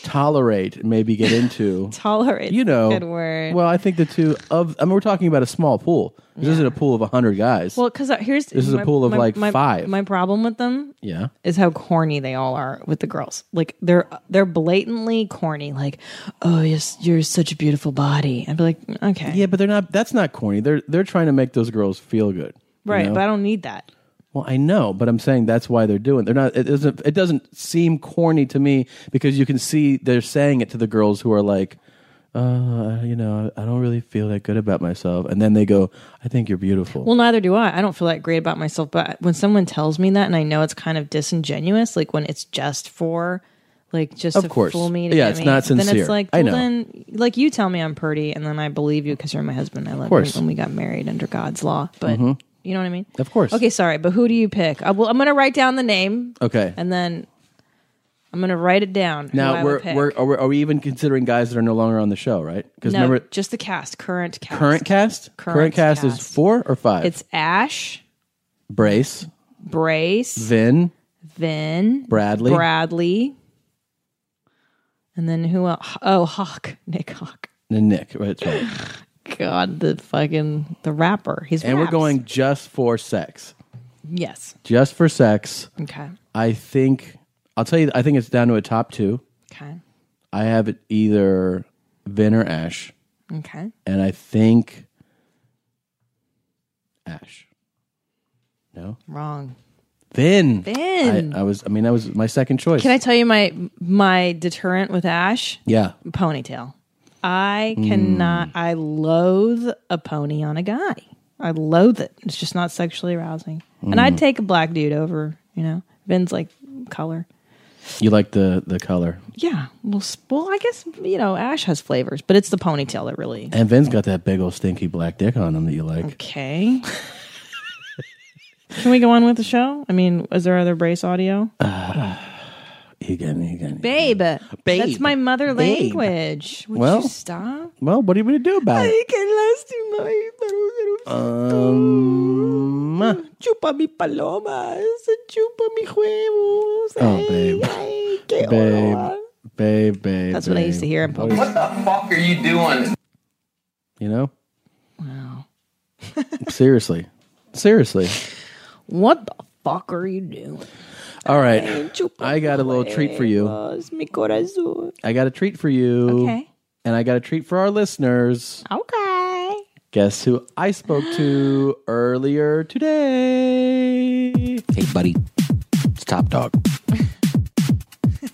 [SPEAKER 1] tolerate, and maybe get into,
[SPEAKER 2] Tolerate.
[SPEAKER 1] you know.
[SPEAKER 2] Good word.
[SPEAKER 1] Well, I think the two of, I mean, we're talking about a small pool. This isn't a pool of hundred guys.
[SPEAKER 2] Well, because here's this
[SPEAKER 1] is a pool of, like, five.
[SPEAKER 2] My problem with them
[SPEAKER 1] yeah,
[SPEAKER 2] is how corny they all are with the girls. Like they're they're blatantly corny. Like, oh yes, you're such a beautiful body. I'd be like, "Mm, okay,
[SPEAKER 1] yeah, but they're not. That's not corny. They're they're trying to make those girls feel good. you
[SPEAKER 2] right,
[SPEAKER 1] know?
[SPEAKER 2] but I don't need that.
[SPEAKER 1] Well, I know, but I'm saying that's why they're doing. They're not. It doesn't. It doesn't seem corny to me because you can see they're saying it to the girls who are like, uh, you know, I don't really feel that good about myself, and then they go, "I think you're beautiful."
[SPEAKER 2] Well, neither do I. I don't feel that great about myself. But when someone tells me that, and I know it's kind of disingenuous, like when it's just for, like just
[SPEAKER 1] Of
[SPEAKER 2] to
[SPEAKER 1] course.
[SPEAKER 2] fool me. To
[SPEAKER 1] Yeah,
[SPEAKER 2] get
[SPEAKER 1] it's
[SPEAKER 2] me,
[SPEAKER 1] not
[SPEAKER 2] Then
[SPEAKER 1] sincere.
[SPEAKER 2] it's like,
[SPEAKER 1] I
[SPEAKER 2] well,
[SPEAKER 1] know.
[SPEAKER 2] then like you tell me I'm pretty, and then I believe you because you're my husband. I love you
[SPEAKER 1] course. Mm-hmm.
[SPEAKER 2] when we got married under God's law. But you know what I mean?
[SPEAKER 1] Of course.
[SPEAKER 2] Okay, sorry, but who do you pick? I, well, I'm gonna write down the name,
[SPEAKER 1] okay.
[SPEAKER 2] and then I'm gonna write it down. who I
[SPEAKER 1] now
[SPEAKER 2] would
[SPEAKER 1] we're
[SPEAKER 2] pick.
[SPEAKER 1] we're are, we are we even considering guys that are no longer on the show, right? Because
[SPEAKER 2] no,
[SPEAKER 1] remember,
[SPEAKER 2] just the cast, current cast,
[SPEAKER 1] current cast,
[SPEAKER 2] Current
[SPEAKER 1] cast, is
[SPEAKER 2] cast.
[SPEAKER 1] four or five.
[SPEAKER 2] It's Ash,
[SPEAKER 1] Brace,
[SPEAKER 2] Brace,
[SPEAKER 1] Vin,
[SPEAKER 2] Vin,
[SPEAKER 1] Bradley.
[SPEAKER 2] Bradley. And then who else? Oh, Hawk. Nick Hawk.
[SPEAKER 1] and Nick. Right, that's right.
[SPEAKER 2] God, the fucking the rapper. He's
[SPEAKER 1] and we're
[SPEAKER 2] raps.
[SPEAKER 1] going just for sex,
[SPEAKER 2] Yes.
[SPEAKER 1] just for sex.
[SPEAKER 2] Okay.
[SPEAKER 1] I think I'll tell you. I think it's down to a top two.
[SPEAKER 2] Okay.
[SPEAKER 1] I have it either Vin or Ash,
[SPEAKER 2] Okay.
[SPEAKER 1] and I think Ash. No,
[SPEAKER 2] Wrong.
[SPEAKER 1] Vin.
[SPEAKER 2] Vin.
[SPEAKER 1] I, I was. I mean, that was my second choice.
[SPEAKER 2] Can I tell you my my deterrent with Ash?
[SPEAKER 1] Yeah.
[SPEAKER 2] Ponytail. I
[SPEAKER 1] Hmm.
[SPEAKER 2] cannot I loathe a pony on a guy. I loathe it. It's just not sexually arousing.
[SPEAKER 1] Hmm.
[SPEAKER 2] And I'd take a black dude over, you know. Vin's like color.
[SPEAKER 1] You like the the color,
[SPEAKER 2] Yeah. Well, s- well, I guess you know Ash has flavors, but it's the ponytail that really.
[SPEAKER 1] and Vin's got that big old stinky black dick on him that you like.
[SPEAKER 2] Okay. Can we go on with the show? I mean, is there other brace audio?
[SPEAKER 1] He can. He can.
[SPEAKER 2] Babe,
[SPEAKER 1] Babe.
[SPEAKER 2] That's my mother
[SPEAKER 1] Babe.
[SPEAKER 2] language. Would
[SPEAKER 1] Well-
[SPEAKER 2] you stop?
[SPEAKER 1] Well, what are you going to do about it? Um,
[SPEAKER 2] chupa mi palomas, chupa mi huevos.
[SPEAKER 1] oh, babe, babe, babe, babe.
[SPEAKER 2] That's what I used to
[SPEAKER 1] babe.
[SPEAKER 2] hear in public.
[SPEAKER 4] What the fuck are you doing?
[SPEAKER 1] You know? Wow. Seriously. Seriously.
[SPEAKER 2] What the fuck are you doing?
[SPEAKER 1] All right. I got a little treat for you. I got a treat for you.
[SPEAKER 2] Okay.
[SPEAKER 1] And I got a treat for our listeners.
[SPEAKER 2] Okay.
[SPEAKER 1] Guess who I spoke to earlier today?
[SPEAKER 6] Hey, buddy, it's Top Dog.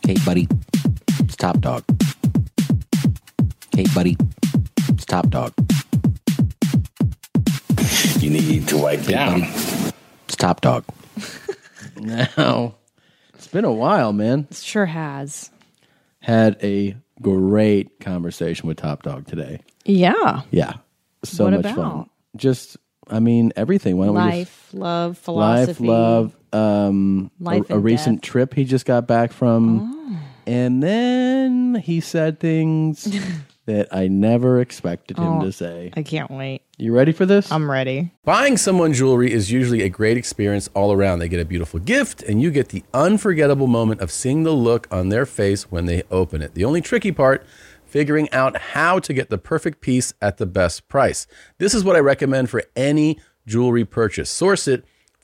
[SPEAKER 6] hey, buddy, it's Top Dog. Hey, buddy, it's Top Dog.
[SPEAKER 9] You need to wipe down.
[SPEAKER 6] It's Top Dog.
[SPEAKER 1] Now, it's been a while, man.
[SPEAKER 2] Sure has.
[SPEAKER 1] Had a great conversation with Top Dog today.
[SPEAKER 2] Yeah.
[SPEAKER 1] Yeah. So
[SPEAKER 2] What
[SPEAKER 1] much fun.
[SPEAKER 2] about?
[SPEAKER 1] Just, I mean, everything. Why don't we just.
[SPEAKER 2] Life, love,
[SPEAKER 1] Life,
[SPEAKER 2] philosophy.
[SPEAKER 1] love, um,
[SPEAKER 2] Life
[SPEAKER 1] a, a
[SPEAKER 2] and
[SPEAKER 1] recent
[SPEAKER 2] death. Oh.
[SPEAKER 1] trip he just got back from. And then he said things that I never expected him to say.
[SPEAKER 2] Oh, I can't wait.
[SPEAKER 1] You ready for this?
[SPEAKER 2] I'm ready.
[SPEAKER 10] Buying someone jewelry is usually a great experience all around. They get a beautiful gift, and you get the unforgettable moment of seeing the look on their face when they open it. The only tricky part, figuring out how to get the perfect piece at the best price. This is what I recommend for any jewelry purchase. Source it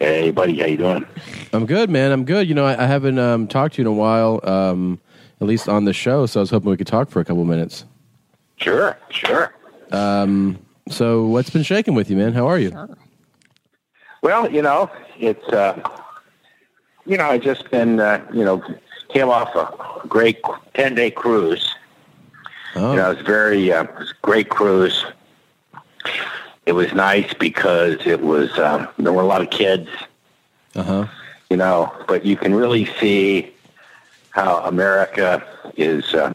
[SPEAKER 10] Hey, buddy. How you doing?
[SPEAKER 1] I'm good, man. I'm good. You know, I, I haven't um, talked to you in a while, um, at least on the show. So I was hoping we could talk for a couple minutes.
[SPEAKER 9] Sure, sure.
[SPEAKER 1] So what's been shaking with you, man? How are you?
[SPEAKER 9] Well, you know, it's uh, you know, I just been uh, you know came off a great ten day cruise.
[SPEAKER 1] Oh,
[SPEAKER 9] You know, it was very uh, it was a great cruise. It was nice because it was um, there were a lot of kids,
[SPEAKER 1] uh huh.
[SPEAKER 9] you know, but you can really see how America is uh,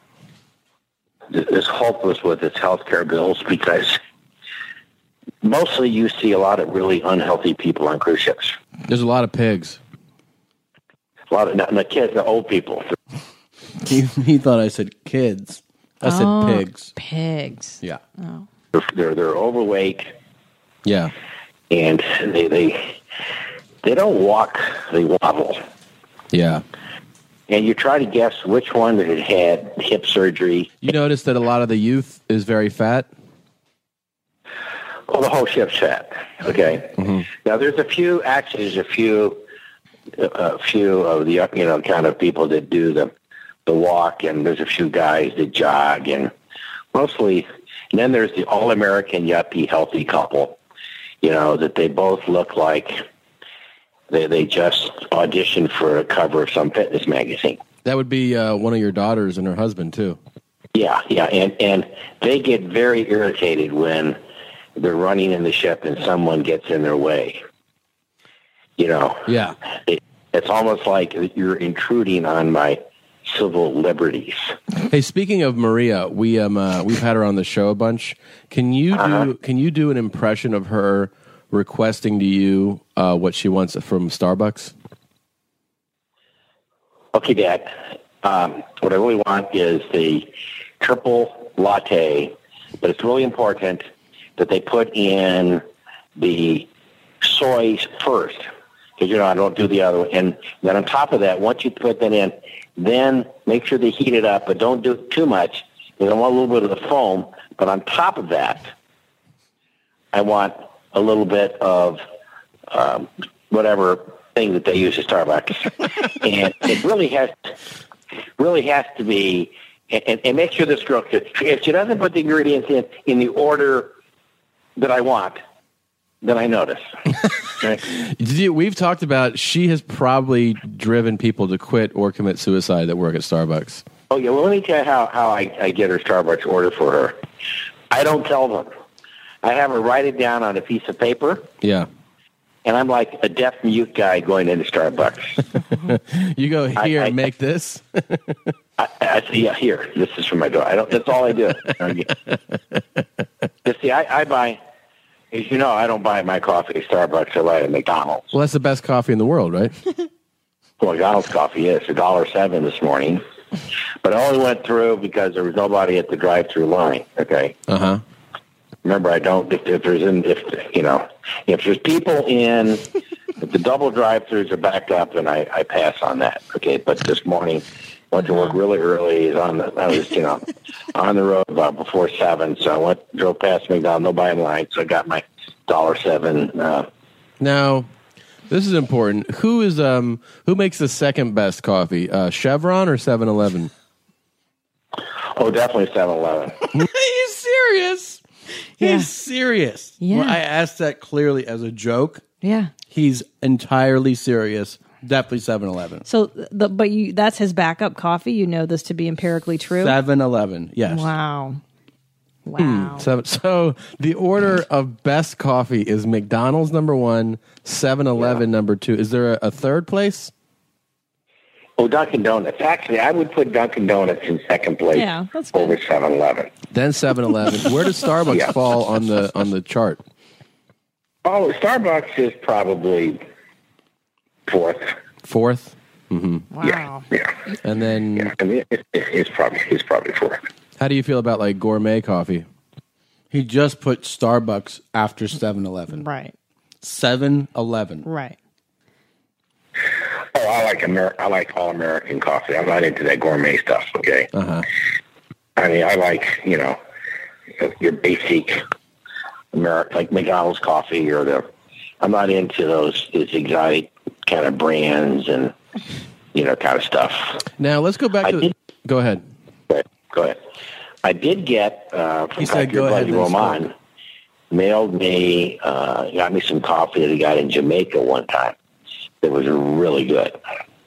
[SPEAKER 9] is hopeless with its health care bills because mostly you see a lot of really unhealthy people on cruise ships.
[SPEAKER 1] There's a lot of pigs.
[SPEAKER 9] A lot of not, not kids, the old people.
[SPEAKER 1] He, he thought I said kids. I said
[SPEAKER 2] Oh,
[SPEAKER 1] pigs.
[SPEAKER 2] Pigs.
[SPEAKER 1] Yeah.
[SPEAKER 9] They're they're, they're overweight
[SPEAKER 1] Yeah.
[SPEAKER 9] and they they they don't walk, they waddle.
[SPEAKER 1] Yeah.
[SPEAKER 9] And you try to guess which one that had had hip surgery.
[SPEAKER 1] You notice that a lot of the youth is very fat.
[SPEAKER 9] Well, Oh, the whole ship's fat. Okay.
[SPEAKER 1] Mm-hmm.
[SPEAKER 9] Now there's a few. Actually, there's a few, uh, a few of the you know kind of people that do the the walk, and there's a few guys that jog, and mostly. And then there's the all-American yuppie healthy couple. You know that they both look like they they just auditioned for a cover of some fitness magazine.
[SPEAKER 1] That would be uh, one of your daughters and her husband too.
[SPEAKER 9] Yeah, yeah, and and they get very irritated when they're running in the ship and someone gets in their way. You know,
[SPEAKER 1] Yeah.
[SPEAKER 9] it, it's almost like you're intruding on my civil liberties.
[SPEAKER 1] Hey, speaking of Maria, we um uh, we've had her on the show a bunch. Can you
[SPEAKER 9] Uh-huh.
[SPEAKER 1] do can you do an impression of her requesting to you uh, what she wants from Starbucks?
[SPEAKER 9] Okay, Dad. Um, what I really want is the triple latte, but it's really important that they put in the soy first because you know I don't do the other one. And then on top of that, once you put that in, Then make sure they heat it up, but don't do it too much. Because I want a little bit of the foam, but on top of that, I want a little bit of um, whatever thing that they use at Starbucks, and it really has really has to be. And, and, and make sure this girl, if she doesn't put the ingredients in in the order that I want, then I notice. Right?
[SPEAKER 1] Did you- we've talked about she has probably driven people to quit or commit suicide that work at Starbucks.
[SPEAKER 9] Oh yeah, well let me tell you how, how I, I get her Starbucks order for her. I don't tell them. I have her write it down on a piece of paper
[SPEAKER 1] Yeah.
[SPEAKER 9] and I'm like a deaf mute guy going into Starbucks.
[SPEAKER 1] you go here
[SPEAKER 9] I-
[SPEAKER 1] and make this.
[SPEAKER 9] I say, yeah, here, this is from my daughter. I don't that's all I do. you see, I, I buy as you know, I don't buy my coffee at Starbucks, I buy it at McDonald's.
[SPEAKER 1] Well, that's the best coffee in the world, right?
[SPEAKER 9] Well, McDonald's coffee is a dollar seven this morning. But I only went through because there was nobody at the drive through line. Okay.
[SPEAKER 1] Uh huh.
[SPEAKER 9] Remember, I don't. If, if there's in, if you know, if there's people in, if the double drive-throughs are backed up, then I, I pass on that. Okay, but this morning, went to work really early. Is on the, I was you know, on the road about before seven, so I went drove past McDonald's, nobody in line, so I got my dollar seven. Uh,
[SPEAKER 1] Now, this is important. Who is um who makes the second best coffee? Uh, Chevron or 7-Eleven?
[SPEAKER 9] oh, definitely seven eleven.
[SPEAKER 1] He's serious. He's
[SPEAKER 2] Yeah.
[SPEAKER 1] serious.
[SPEAKER 2] Yeah.
[SPEAKER 1] Well, I asked that clearly as a joke.
[SPEAKER 2] Yeah.
[SPEAKER 1] He's entirely serious. Definitely 7-Eleven.
[SPEAKER 2] So, the, but you, that's his backup coffee. You know this to be empirically true.
[SPEAKER 1] 7-Eleven. Yes.
[SPEAKER 2] Wow.
[SPEAKER 1] Hmm.
[SPEAKER 2] Wow.
[SPEAKER 1] So, so the order of best coffee is McDonald's number one, 7-Eleven number two. Is there a, a third place?
[SPEAKER 9] Oh, Dunkin' Donuts. Actually, I would put Dunkin' Donuts in second place
[SPEAKER 2] Yeah, that's good.
[SPEAKER 9] over seven eleven.
[SPEAKER 1] Then 7-Eleven. Where does Starbucks
[SPEAKER 9] Yeah.
[SPEAKER 1] fall on the on the chart?
[SPEAKER 9] Oh, Starbucks is probably fourth.
[SPEAKER 1] Fourth. Mm-hmm.
[SPEAKER 2] Wow.
[SPEAKER 9] Yeah.
[SPEAKER 1] And then
[SPEAKER 9] I mean, it, it, it's probably it's probably fourth.
[SPEAKER 1] How do you feel about like gourmet coffee?
[SPEAKER 11] He just put Starbucks after 7 Eleven.
[SPEAKER 2] Right.
[SPEAKER 11] 7 Eleven.
[SPEAKER 2] Right.
[SPEAKER 9] Oh, I like Amer- I like all American coffee. I'm not into that gourmet stuff. Okay.
[SPEAKER 1] Uh-huh.
[SPEAKER 9] I mean, I like you know your basic American, like McDonald's coffee or the. I'm not into those these exotic kind of brands and you know kind of stuff.
[SPEAKER 1] Now let's go back
[SPEAKER 9] I
[SPEAKER 1] to.
[SPEAKER 9] did-
[SPEAKER 1] Go ahead.
[SPEAKER 9] But go ahead. I did get uh, from
[SPEAKER 1] He said,
[SPEAKER 9] Dr.
[SPEAKER 1] "Go ahead
[SPEAKER 9] Buddy
[SPEAKER 1] and
[SPEAKER 9] Roman mailed me, uh, got me some coffee that he got in Jamaica one time. That was really good.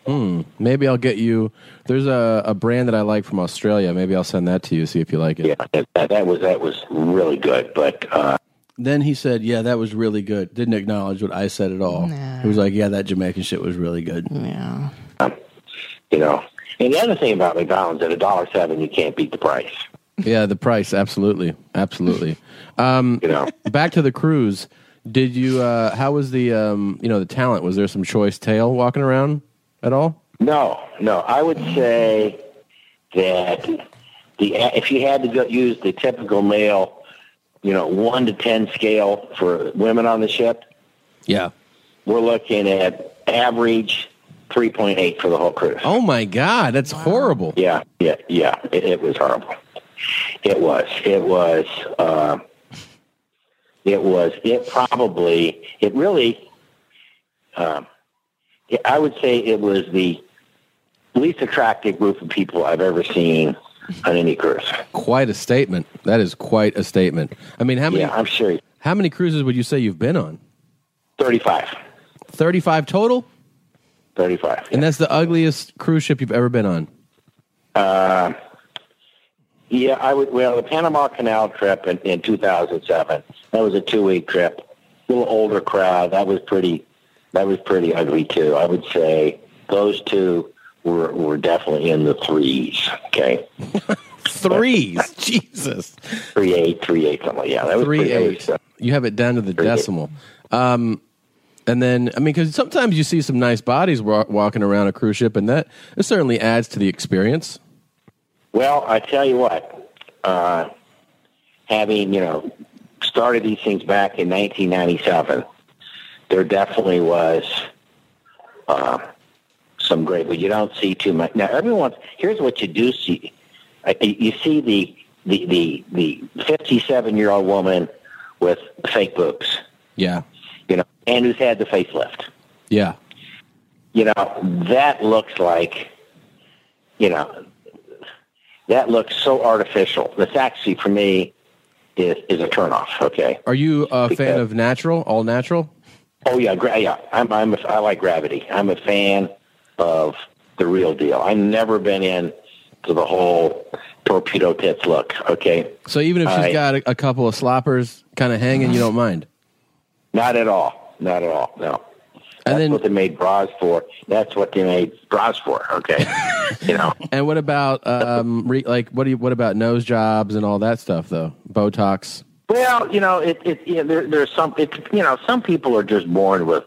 [SPEAKER 1] Hmm. maybe I'll get you. There's a, a brand that I like from Australia. Maybe I'll send that to you. See if you like it.
[SPEAKER 9] Yeah, that, that, that was that was really good. But uh,
[SPEAKER 11] Then he said, Yeah, that was really good. Didn't acknowledge what I said at all. He was like, Yeah, that Jamaican shit was really good.
[SPEAKER 2] Yeah.
[SPEAKER 9] you know, and the other thing about McDonald's at a dollar seven, you can't beat the price.
[SPEAKER 1] Yeah, the price. Absolutely, absolutely. um,
[SPEAKER 9] You know,
[SPEAKER 1] back to the cruise. Did you? Uh, how was the? Um, you know, the talent. Was there some choice tail walking around at all?
[SPEAKER 9] no, no. I would say that the if you had to go use the typical male, you know, one to ten scale for women on the ship,
[SPEAKER 1] Yeah.
[SPEAKER 9] we're looking at average 3.8 for the whole cruise.
[SPEAKER 1] Oh my God, that's horrible.
[SPEAKER 9] Yeah, yeah, yeah. It, it was horrible. It was. It was. Uh, it was. It probably. It really. Um, yeah, I would say it was the least attractive group of people I've ever seen on any cruise.
[SPEAKER 1] Quite a statement. That is quite a statement. I mean, how many?
[SPEAKER 9] yeah, I'm sure.
[SPEAKER 1] How many cruises would you say you've been on?
[SPEAKER 9] 35.
[SPEAKER 1] 35 total?
[SPEAKER 9] 35.
[SPEAKER 1] And that's the ugliest cruise ship you've ever been on.
[SPEAKER 9] Uh, yeah, I would. Well, the Panama Canal trip in, in 2007. That was a two-week trip. A little older crowd. That was pretty. That was pretty ugly too. I would say those two were were definitely in the threes. Okay,
[SPEAKER 1] Threes. Jesus.
[SPEAKER 9] three eight, three eight, something. Like, yeah, that was uh,
[SPEAKER 1] Three
[SPEAKER 9] pretty
[SPEAKER 1] eight. You have it down to the decimal. Um, and then, I mean, because sometimes you see some nice bodies wa- walking around a cruise ship, and that it certainly adds to the experience.
[SPEAKER 9] Well, I tell you what, uh, having you know started these things back in 1997, there definitely was uh, some great, but you don't see too much. Now, everyone, here's what you do see: Uh, you see the the the the 57 year old woman with fake boobs,
[SPEAKER 1] Yeah.
[SPEAKER 9] you know, and who's had the facelift.
[SPEAKER 1] Yeah.
[SPEAKER 9] You know, that looks like, you know, that looks so artificial. That's actually for me is is a turnoff. Okay.
[SPEAKER 1] Are you a fan of natural, all natural?
[SPEAKER 9] Oh yeah, gra- yeah. I'm I'm a, I like gravity. I'm a fan of the real deal. I've never been in to the whole torpedo tits look. Okay,
[SPEAKER 1] So even if she's
[SPEAKER 9] I-
[SPEAKER 1] got a, a couple of sloppers kind of hanging, you don't mind.
[SPEAKER 9] not at all. Not at all. No. That's what they made bras for. That's what they made bras for. Okay, you know.
[SPEAKER 1] And what about um, re, like what do you, what about nose jobs and all that stuff though? Botox.
[SPEAKER 9] Well, you know, it, it you know, there, there's some, it, you know, some people are just born with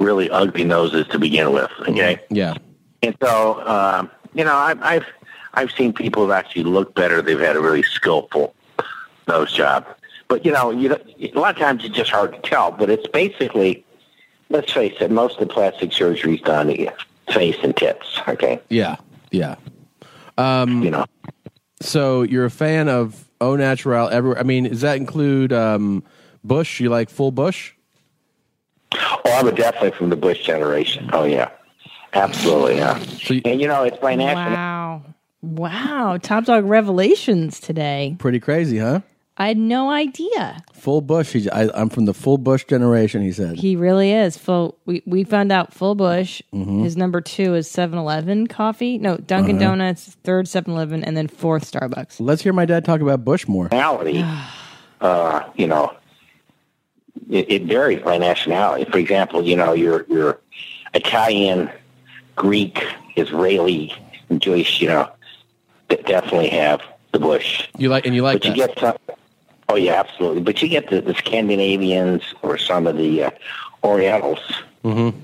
[SPEAKER 9] really ugly noses to begin with. Okay,
[SPEAKER 1] Mm-hmm. Yeah.
[SPEAKER 9] and so um, you know, I've, I've I've seen people who've actually looked better. They've had a really skillful nose job, but you know, you don't- a lot of times it's just hard to tell. But it's basically, let's face it, most of the plastic surgery's done to your face and tips. Okay,
[SPEAKER 1] Yeah. Yeah. Um,
[SPEAKER 9] you know.
[SPEAKER 1] So you're a fan of au natural everywhere. I mean, does that include um, bush? You like full bush?
[SPEAKER 9] Oh, I'm definitely from the Bush generation. Oh yeah, absolutely. Yeah, and you know, it's by national.
[SPEAKER 2] Wow. Wow. Top Dog Revelations today.
[SPEAKER 1] Pretty crazy, huh?
[SPEAKER 2] I had no idea.
[SPEAKER 1] Full bush. He's, I, I'm from the full bush generation. He said.
[SPEAKER 2] He really is. Full we, we found out Full Bush
[SPEAKER 1] Mhm.
[SPEAKER 2] his number two is 7-Eleven coffee. No, Dunkin'
[SPEAKER 1] Uh-huh.
[SPEAKER 2] Donuts, third 7-Eleven, and then fourth Starbucks.
[SPEAKER 1] Let's hear my dad talk about bush more.
[SPEAKER 9] nationality, uh, you know, it, it varies by nationality. For example, you know, your your Italian, Greek, Israeli, and Jewish, you know, that definitely have the bush.
[SPEAKER 1] You like and you like
[SPEAKER 9] but you
[SPEAKER 1] that.
[SPEAKER 9] get some. Oh yeah, absolutely. But you get the, the Scandinavians or some of the uh, Orientals.
[SPEAKER 1] Mm-hmm.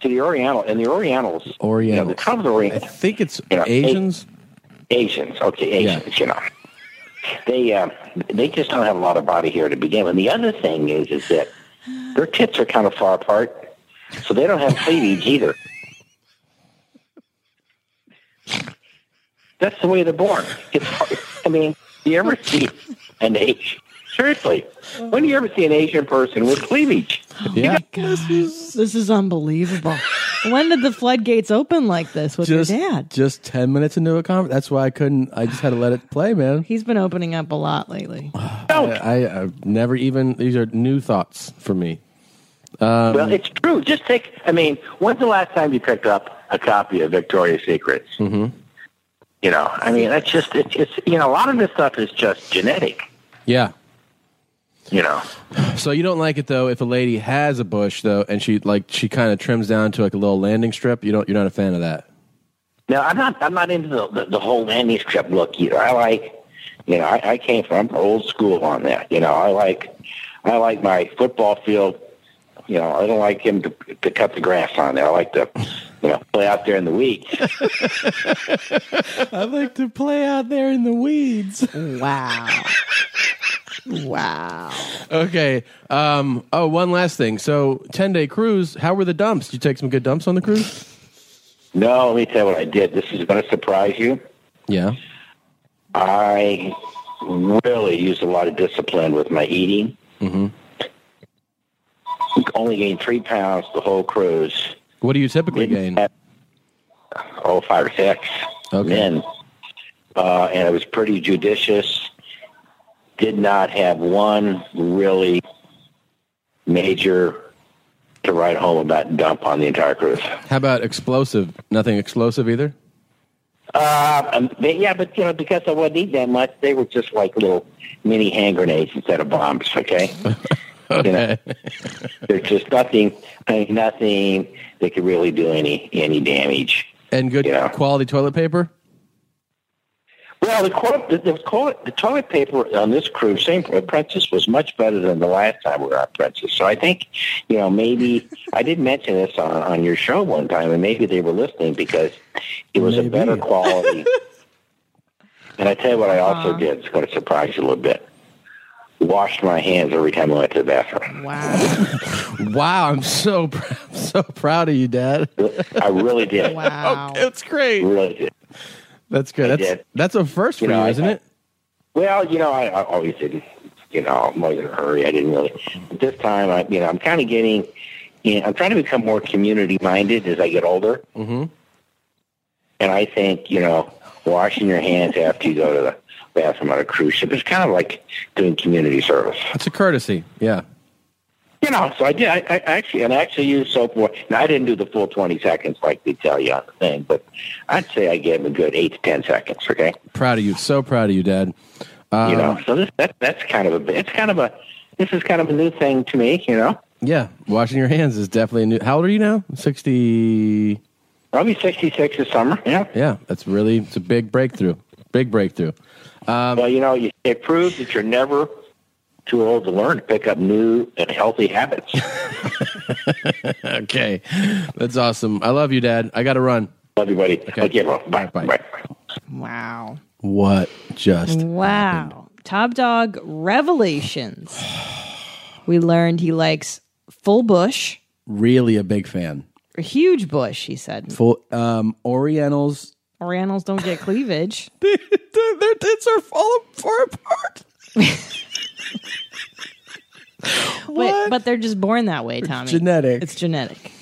[SPEAKER 9] To the Oriental and the Orientals. You know,
[SPEAKER 1] Orientals.
[SPEAKER 9] the comes Orient.
[SPEAKER 1] I think it's
[SPEAKER 9] you know,
[SPEAKER 1] Asians.
[SPEAKER 9] Asians, okay, Asians. You know, they uh, they just don't have a lot of body hair to begin with. And the other thing is, is that their tits are kind of far apart, so they don't have cleavage either. That's the way they're born. It's hard. I mean, do you ever see an Asian? Seriously, when do you ever see an Asian person with cleavage?
[SPEAKER 1] yeah.
[SPEAKER 2] This is, this is unbelievable. when did the floodgates open like this with
[SPEAKER 1] Just
[SPEAKER 2] your dad?
[SPEAKER 1] just ten minutes into a conference. That's why I couldn't. I just had to let it play, man.
[SPEAKER 2] He's been opening up a lot lately.
[SPEAKER 1] I, I, I've never even. These are new thoughts for me. Um,
[SPEAKER 9] well, it's true. Just take. I mean, when's the last time you picked up a copy of Victoria's Secret?
[SPEAKER 1] mhm.
[SPEAKER 9] You know, I mean, that's just it's, it's you know a lot of this stuff is just genetic.
[SPEAKER 1] Yeah.
[SPEAKER 9] You know,
[SPEAKER 1] So you don't like it though if a lady has a bush though, and she like she kind of trims down to like a little landing strip. You don't. You're not a fan of that.
[SPEAKER 9] now I'm not I'm not into the the, the whole landing strip look either. I like, you know, I, I came from I'm old school on that. You know, I like I like my football field. You know, I don't like him to to cut the grass on there. I like to, you know, play out there in the weeds.
[SPEAKER 1] I like to play out there in the weeds.
[SPEAKER 2] Wow. wow.
[SPEAKER 1] Okay. Um. Oh, one last thing. So ten day cruise. How were the dumps? Did you take some good dumps on the cruise?
[SPEAKER 9] No, let me tell you what I did. This is going to surprise you.
[SPEAKER 1] Yeah.
[SPEAKER 9] I really used a lot of discipline with my eating.
[SPEAKER 1] Mm-hmm.
[SPEAKER 9] only gained three pounds the whole cruise.
[SPEAKER 1] What do you typically gain?
[SPEAKER 9] Oh, five or six
[SPEAKER 1] Okay.
[SPEAKER 9] men. Uh, and I was pretty judicious. Did not have one really major to write home about dump on the entire cruise.
[SPEAKER 1] How about explosive? Nothing explosive either.
[SPEAKER 9] Uh, um, but yeah, but you know, because I wasn't eating that much, they were just like little mini hand grenades instead of bombs. Okay, you know, there's just nothing, I mean, nothing that could really do any any damage.
[SPEAKER 1] And good
[SPEAKER 9] Yeah.
[SPEAKER 1] quality toilet paper.
[SPEAKER 9] Well, the, quote, the, the, toilet, the toilet paper on this cruise, same Princess, was much better than the last time we were on Princess. So I think, you know, maybe I did mention this on, on your show one time, and maybe they were listening because it was a better quality. and I tell you what, I also did. It's going to surprise you a little bit. washed my hands every time I went to the bathroom.
[SPEAKER 2] Wow.
[SPEAKER 1] wow, I'm so pr- so proud of you, Dad.
[SPEAKER 9] I really did.
[SPEAKER 2] Wow.
[SPEAKER 1] That's great.
[SPEAKER 9] Really did.
[SPEAKER 1] That's good.
[SPEAKER 9] I
[SPEAKER 1] that's
[SPEAKER 9] did.
[SPEAKER 1] that's a first for
[SPEAKER 9] You
[SPEAKER 1] you,
[SPEAKER 9] know, I-
[SPEAKER 1] isn't it?
[SPEAKER 9] Well, you know, I, I always didn't. You know, I'm always in a hurry. I didn't really. But this time, I you know, I'm kind of getting. You know, I'm trying to become more community minded as I get older.
[SPEAKER 1] Mm-hmm.
[SPEAKER 9] And I think, you know, washing your hands after you go to the bathroom on a cruise ship is kind of like doing community service.
[SPEAKER 1] It's a courtesy. Yeah.
[SPEAKER 9] You know, so I did. I, I actually, and I actually used soap water. Now, I didn't do the full 20 seconds like they tell you on the thing, but I'd say I gave them a good 8 to 10 seconds, okay?
[SPEAKER 1] Proud of you. So proud of you, Dad. Um,
[SPEAKER 9] you know, so this, that, that's kind of a, it's kind of a, this is kind of a new thing to me, you know?
[SPEAKER 1] Yeah, washing your hands is definitely a new. How old are you now? Sixty.
[SPEAKER 9] I'll be 66 this summer, yeah.
[SPEAKER 1] Yeah, that's really it's a big breakthrough. Big breakthrough. Um,
[SPEAKER 9] well, you know, you- it proves that you're never too old to learn to pick up new and healthy habits.
[SPEAKER 1] okay, that's awesome. I love you, Dad. I got to run.
[SPEAKER 9] Love you, buddy. Okay, well, bye.
[SPEAKER 1] Bye.
[SPEAKER 9] bye.
[SPEAKER 2] Wow.
[SPEAKER 1] What just?
[SPEAKER 2] Wow. Top Dog Revelations. we learned he likes full bush,
[SPEAKER 1] Really a big fan.
[SPEAKER 2] or huge bush, he said.
[SPEAKER 1] Full um, Orientals.
[SPEAKER 2] Orientals don't get cleavage.
[SPEAKER 1] Their tits are falling far apart.
[SPEAKER 2] But, but they're just born that way, Tommy.
[SPEAKER 1] genetic.
[SPEAKER 2] It's genetic.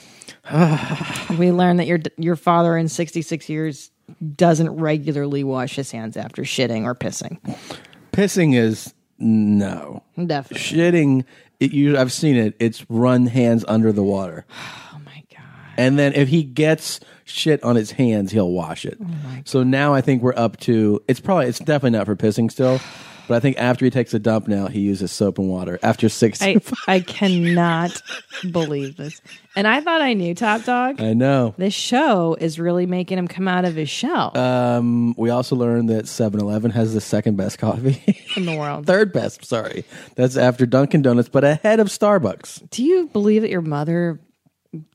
[SPEAKER 2] we learned that your your father in 66 years doesn't regularly wash his hands after shitting or pissing.
[SPEAKER 1] Pissing is no.
[SPEAKER 2] Definitely.
[SPEAKER 1] Shitting. It, you, I've seen it. It's run hands under the water.
[SPEAKER 6] Oh
[SPEAKER 1] And then if he gets shit on his hands, he'll wash it. so now I think we're up to it's probably it's definitely not for pissing still, but I think after he takes a dump now he uses soap and water after six.
[SPEAKER 2] I, I cannot believe this. And I thought I knew Top Dog.
[SPEAKER 1] I know.
[SPEAKER 2] This show is really making him come out of his shell
[SPEAKER 1] Um, we also learned that 7-Eleven has the second best coffee,
[SPEAKER 2] in the world.
[SPEAKER 1] third best. Sorry, that's after Dunkin' Donuts, but ahead of Starbucks.
[SPEAKER 2] Do you believe that your mother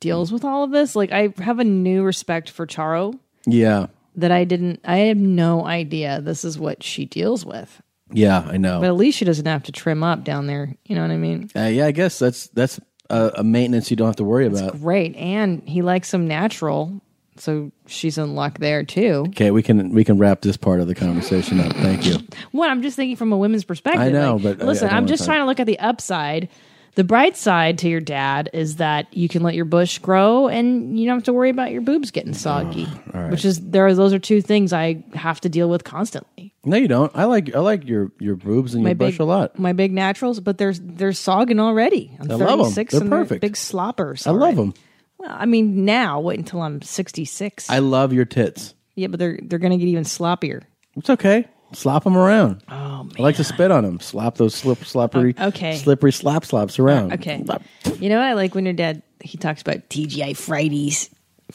[SPEAKER 2] deals with all of this? Like, I have a new respect for Charo
[SPEAKER 1] Yeah,
[SPEAKER 2] that I didn't, I have no idea this is what she deals with.
[SPEAKER 1] yeah,
[SPEAKER 2] But
[SPEAKER 1] I
[SPEAKER 2] at
[SPEAKER 1] know.
[SPEAKER 2] least she doesn't have to trim up down there. You know what I mean?
[SPEAKER 9] Eh.
[SPEAKER 1] Uh, yeah, I guess that's that's uh, a, a maintenance you don't have to worry about.
[SPEAKER 2] Great. And he likes some natural. So she's in luck there too.
[SPEAKER 1] Okay, we can we can wrap this part of the conversation up. Thank you.
[SPEAKER 2] What I'm just thinking from a women's perspective.
[SPEAKER 1] I know,
[SPEAKER 2] like,
[SPEAKER 1] but uh, I- I
[SPEAKER 2] listen,
[SPEAKER 1] don't
[SPEAKER 2] I, am
[SPEAKER 1] wanna
[SPEAKER 2] just
[SPEAKER 1] talk-
[SPEAKER 2] trying to look at the upside. The bright side to your dad is that you can let your bush grow and you don't have to worry about your boobs getting soggy. Which is there are those are two things I have to deal with constantly.
[SPEAKER 1] No, you don't. I like I like your your boobs and your bush
[SPEAKER 2] big
[SPEAKER 1] a lot.
[SPEAKER 2] My big naturals, but they're they're sogging already. I'm
[SPEAKER 1] I love 'em.
[SPEAKER 2] 36
[SPEAKER 1] They're
[SPEAKER 2] and they're
[SPEAKER 1] perfect.
[SPEAKER 2] big sloppers.
[SPEAKER 1] I love them.
[SPEAKER 2] Well, I mean now, wait until I'm 66.
[SPEAKER 1] I love your tits.
[SPEAKER 2] yeah, but they're they're going to get even sloppier.
[SPEAKER 1] It's okay. Slop them around. Oh, I like to spit on them. Slop those slip, sloppery,
[SPEAKER 2] Oh, okay.
[SPEAKER 1] slippery slop slops around.
[SPEAKER 2] Okay.
[SPEAKER 1] Slop.
[SPEAKER 2] You know what I like when your dad he talks about TGI Fridays,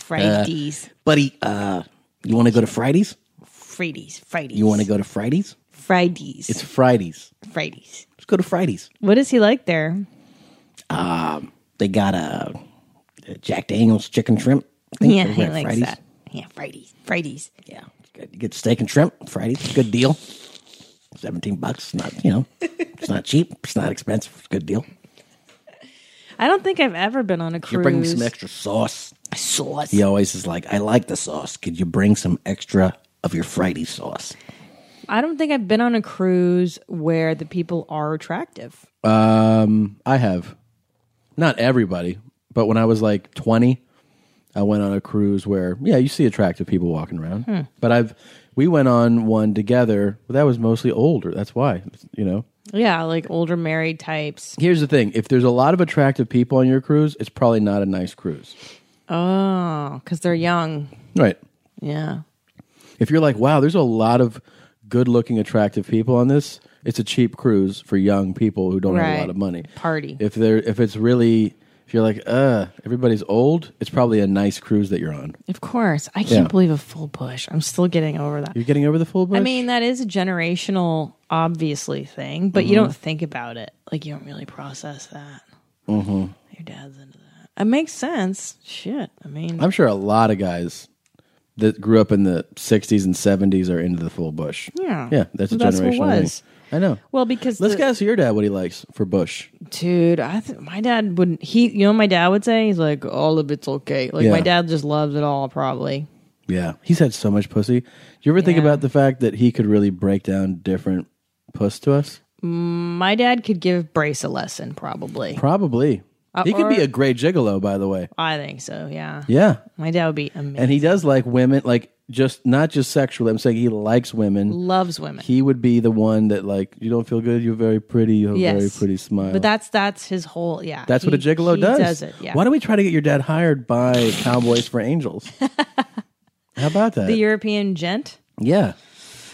[SPEAKER 2] Fridays,
[SPEAKER 6] Buddy, uh, you want to go to Fridays?
[SPEAKER 2] Fridays, Fridays.
[SPEAKER 6] You want to go to Fridays?
[SPEAKER 2] Fridays?
[SPEAKER 6] It's Fridays.
[SPEAKER 2] Fridays.
[SPEAKER 6] Let's go to Fridays.
[SPEAKER 2] What is he like there?
[SPEAKER 6] They got a Jack Daniels chicken shrimp. thing
[SPEAKER 2] Yeah,
[SPEAKER 6] over
[SPEAKER 2] he
[SPEAKER 6] at
[SPEAKER 2] likes
[SPEAKER 6] Fridays.
[SPEAKER 2] that. Yeah, Fridays, Fridays.
[SPEAKER 6] Yeah, it's good. You get steak and shrimp Fridays. Good deal. Seventeen bucks. Not you know, it's not cheap. It's not expensive. It's a good deal.
[SPEAKER 2] I don't think I've ever been on a
[SPEAKER 6] You
[SPEAKER 2] cruise.
[SPEAKER 6] bring me some extra sauce.
[SPEAKER 2] sauce.
[SPEAKER 6] He always is like, I like the sauce. Could you bring some extra of your Friday sauce?
[SPEAKER 2] I don't think I've been on a cruise where the people are attractive.
[SPEAKER 1] Um, I have not everybody, but when I was like twenty, I went on a cruise where yeah, you see attractive people walking around.
[SPEAKER 6] Hmm.
[SPEAKER 1] But I've we went on one together. Well, that was mostly older. That's why you know.
[SPEAKER 2] Yeah, like older married types.
[SPEAKER 1] Here's the thing: if there's a lot of attractive people on your cruise, it's probably not a nice cruise,
[SPEAKER 2] Oh, because they're young.
[SPEAKER 1] right?
[SPEAKER 2] Yeah.
[SPEAKER 1] if you're like, wow, there's a lot of good looking, attractive people on this, it's a cheap cruise for young people who don't have a
[SPEAKER 2] Right.
[SPEAKER 1] lot of money.
[SPEAKER 2] Party.
[SPEAKER 1] If they're if it's really if you're like, uh, everybody's old, it's probably a nice cruise that you're on.
[SPEAKER 2] Of course. I can't
[SPEAKER 1] Yeah.
[SPEAKER 2] believe a full bush. I'm still getting over that.
[SPEAKER 1] You're getting over the full bush?
[SPEAKER 2] I mean, that is a generational, obviously, thing, but
[SPEAKER 1] Mm-hmm.
[SPEAKER 2] you don't think about it. Like, you don't really process that.
[SPEAKER 1] hmm
[SPEAKER 2] Your dad's into that. It makes sense. Shit. I mean,
[SPEAKER 1] I'm sure a lot of guys that grew up in the 60s and 70s are into the full bush.
[SPEAKER 2] Yeah.
[SPEAKER 1] Yeah, that's a
[SPEAKER 2] That's what
[SPEAKER 1] generational
[SPEAKER 2] was.
[SPEAKER 1] thing. I know.
[SPEAKER 2] Well, because
[SPEAKER 1] Let's
[SPEAKER 2] the-
[SPEAKER 1] guess your dad what he likes for Bush.
[SPEAKER 2] dude, I th- my dad wouldn't. He, you know, what my dad would say he's like, all of it's okay. Like my
[SPEAKER 1] Yeah.
[SPEAKER 2] dad just loves it all, probably.
[SPEAKER 1] Yeah, he's had so much pussy. Do you ever think
[SPEAKER 2] Yeah.
[SPEAKER 1] about the fact that he could really break down different puss to us?
[SPEAKER 2] Mm, My dad could give Brace a lesson, probably.
[SPEAKER 1] Probably.
[SPEAKER 2] Uh,
[SPEAKER 1] he could be
[SPEAKER 2] or-
[SPEAKER 1] a great gigolo, by the way.
[SPEAKER 2] I think so. Yeah.
[SPEAKER 1] Yeah,
[SPEAKER 2] My dad would be amazing.
[SPEAKER 1] and he does like women, like just not just sexually. I'm saying he likes women.
[SPEAKER 2] Loves women.
[SPEAKER 1] He would be the one that like you don't feel good. You're very pretty. You have a very
[SPEAKER 2] Yes.
[SPEAKER 1] pretty smile.
[SPEAKER 2] But that's that's his whole. Yeah.
[SPEAKER 1] That's what a
[SPEAKER 2] He-
[SPEAKER 1] gigolo
[SPEAKER 2] he
[SPEAKER 1] does.
[SPEAKER 2] Does it? Yeah.
[SPEAKER 1] Why don't we try to get your dad hired by Cowboys for Angels? How about that?
[SPEAKER 2] the European gent?
[SPEAKER 1] yeah.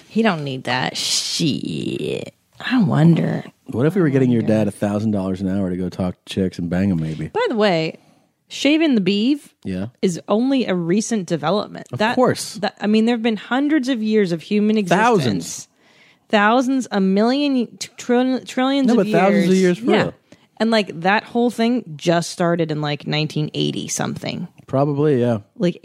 [SPEAKER 2] He don't need that shit. I wonder.
[SPEAKER 1] What if we
[SPEAKER 2] Oh
[SPEAKER 1] were getting your dad a thousand dollars an hour to go talk to chicks and bang them? Maybe.
[SPEAKER 2] By the way, shaving the beeve
[SPEAKER 1] Yeah.
[SPEAKER 2] is only a recent development. Of
[SPEAKER 1] course.
[SPEAKER 2] That, I mean, there have been hundreds of years of human existence.
[SPEAKER 1] Thousands.
[SPEAKER 2] Thousands, a million, t- trillion, trillions
[SPEAKER 1] No,
[SPEAKER 2] of
[SPEAKER 1] but
[SPEAKER 2] years.
[SPEAKER 1] thousands of years for
[SPEAKER 2] yeah.
[SPEAKER 1] real.
[SPEAKER 2] And like that whole thing just started in like 1980 something.
[SPEAKER 1] Probably. Yeah.
[SPEAKER 2] Like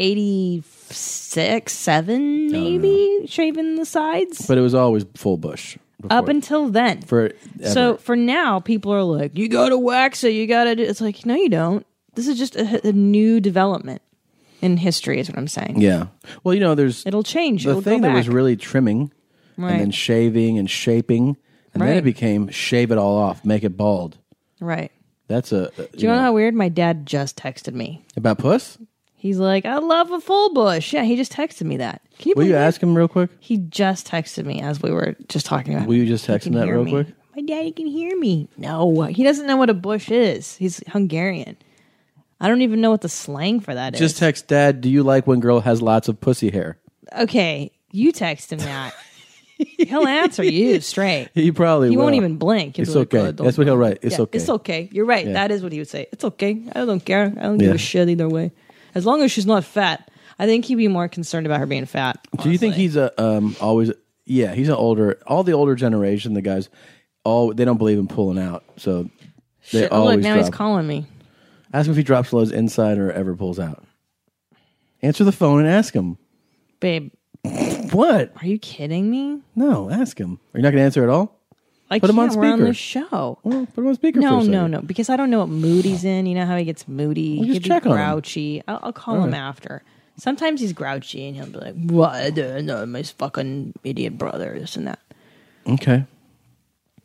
[SPEAKER 2] 86, 7 maybe, shaving the sides.
[SPEAKER 1] But it was always full bush. before-
[SPEAKER 2] Up until then.
[SPEAKER 1] for
[SPEAKER 2] So for now, people are like, you gotta wax it, you gotta do. It's like, no, you don't. This is just a, a new development in history, is what I'm saying.
[SPEAKER 1] Yeah. Well, you know, there's
[SPEAKER 2] It'll change.
[SPEAKER 1] the
[SPEAKER 2] It'll
[SPEAKER 1] thing
[SPEAKER 2] go
[SPEAKER 1] that
[SPEAKER 2] back.
[SPEAKER 1] was really trimming,
[SPEAKER 2] Right.
[SPEAKER 1] and then shaving and shaping, and then
[SPEAKER 2] Right.
[SPEAKER 1] it became shave it all off, make it bald.
[SPEAKER 2] right.
[SPEAKER 1] That's a
[SPEAKER 2] Do you know how weird? My dad just texted me.
[SPEAKER 1] about puss.
[SPEAKER 2] He's like, I love a full bush. Yeah, he just texted me that. Can you
[SPEAKER 1] Will
[SPEAKER 2] believe
[SPEAKER 1] you
[SPEAKER 2] that?
[SPEAKER 1] ask him real quick?
[SPEAKER 2] He just texted me as we were just talking about.
[SPEAKER 1] Will you just
[SPEAKER 2] He
[SPEAKER 1] text
[SPEAKER 2] can
[SPEAKER 1] him that
[SPEAKER 2] hear
[SPEAKER 1] real
[SPEAKER 2] me.
[SPEAKER 1] quick?
[SPEAKER 2] My daddy can hear me. No, he doesn't know what a bush is. He's Hungarian. I don't even know what the slang for that is.
[SPEAKER 1] Just text dad. Do you like when girl has lots of pussy hair?
[SPEAKER 2] okay, you text him that. He'll answer you straight.
[SPEAKER 1] He probably
[SPEAKER 2] He
[SPEAKER 1] will.
[SPEAKER 2] won't even blink. He'll
[SPEAKER 1] It's
[SPEAKER 2] be like,
[SPEAKER 1] okay.
[SPEAKER 2] "Oh, don't
[SPEAKER 1] That's what he'll write. It's
[SPEAKER 2] Yeah,
[SPEAKER 1] okay.
[SPEAKER 2] It's okay. You're right.
[SPEAKER 1] Yeah.
[SPEAKER 2] That is what he would say. It's okay. I don't care. I don't give
[SPEAKER 1] Yeah.
[SPEAKER 2] a shit either way. As long as she's not fat. I think he'd be more concerned about her being fat.
[SPEAKER 1] Do you think he's a um always? Yeah, he's an older. All the older generation, the guys, all they don't believe in pulling out, so they
[SPEAKER 2] Shit, oh,
[SPEAKER 1] always
[SPEAKER 2] look, now he's
[SPEAKER 1] drop.
[SPEAKER 2] calling me.
[SPEAKER 1] Ask him if he drops lows inside or ever pulls out. Answer the phone and ask him.
[SPEAKER 2] Babe,
[SPEAKER 1] What?
[SPEAKER 2] are you kidding me?
[SPEAKER 1] No, ask him. Are you not going to answer at all?
[SPEAKER 2] I
[SPEAKER 1] Put
[SPEAKER 2] can't
[SPEAKER 1] him on
[SPEAKER 2] we're on
[SPEAKER 1] speaker.
[SPEAKER 2] the show.
[SPEAKER 1] put him on speaker.
[SPEAKER 2] No,
[SPEAKER 1] for a
[SPEAKER 2] no,
[SPEAKER 1] second.
[SPEAKER 2] no. Because I don't know what mood he's in. You know how he gets moody.
[SPEAKER 1] Well, just
[SPEAKER 2] He'd be
[SPEAKER 1] check on him.
[SPEAKER 2] grouchy. I'll, I'll call
[SPEAKER 1] All
[SPEAKER 2] him
[SPEAKER 1] right.
[SPEAKER 2] after. Sometimes he's grouchy and he'll be like, "What? I don't know, my fucking idiot brother, this and that."
[SPEAKER 1] Okay.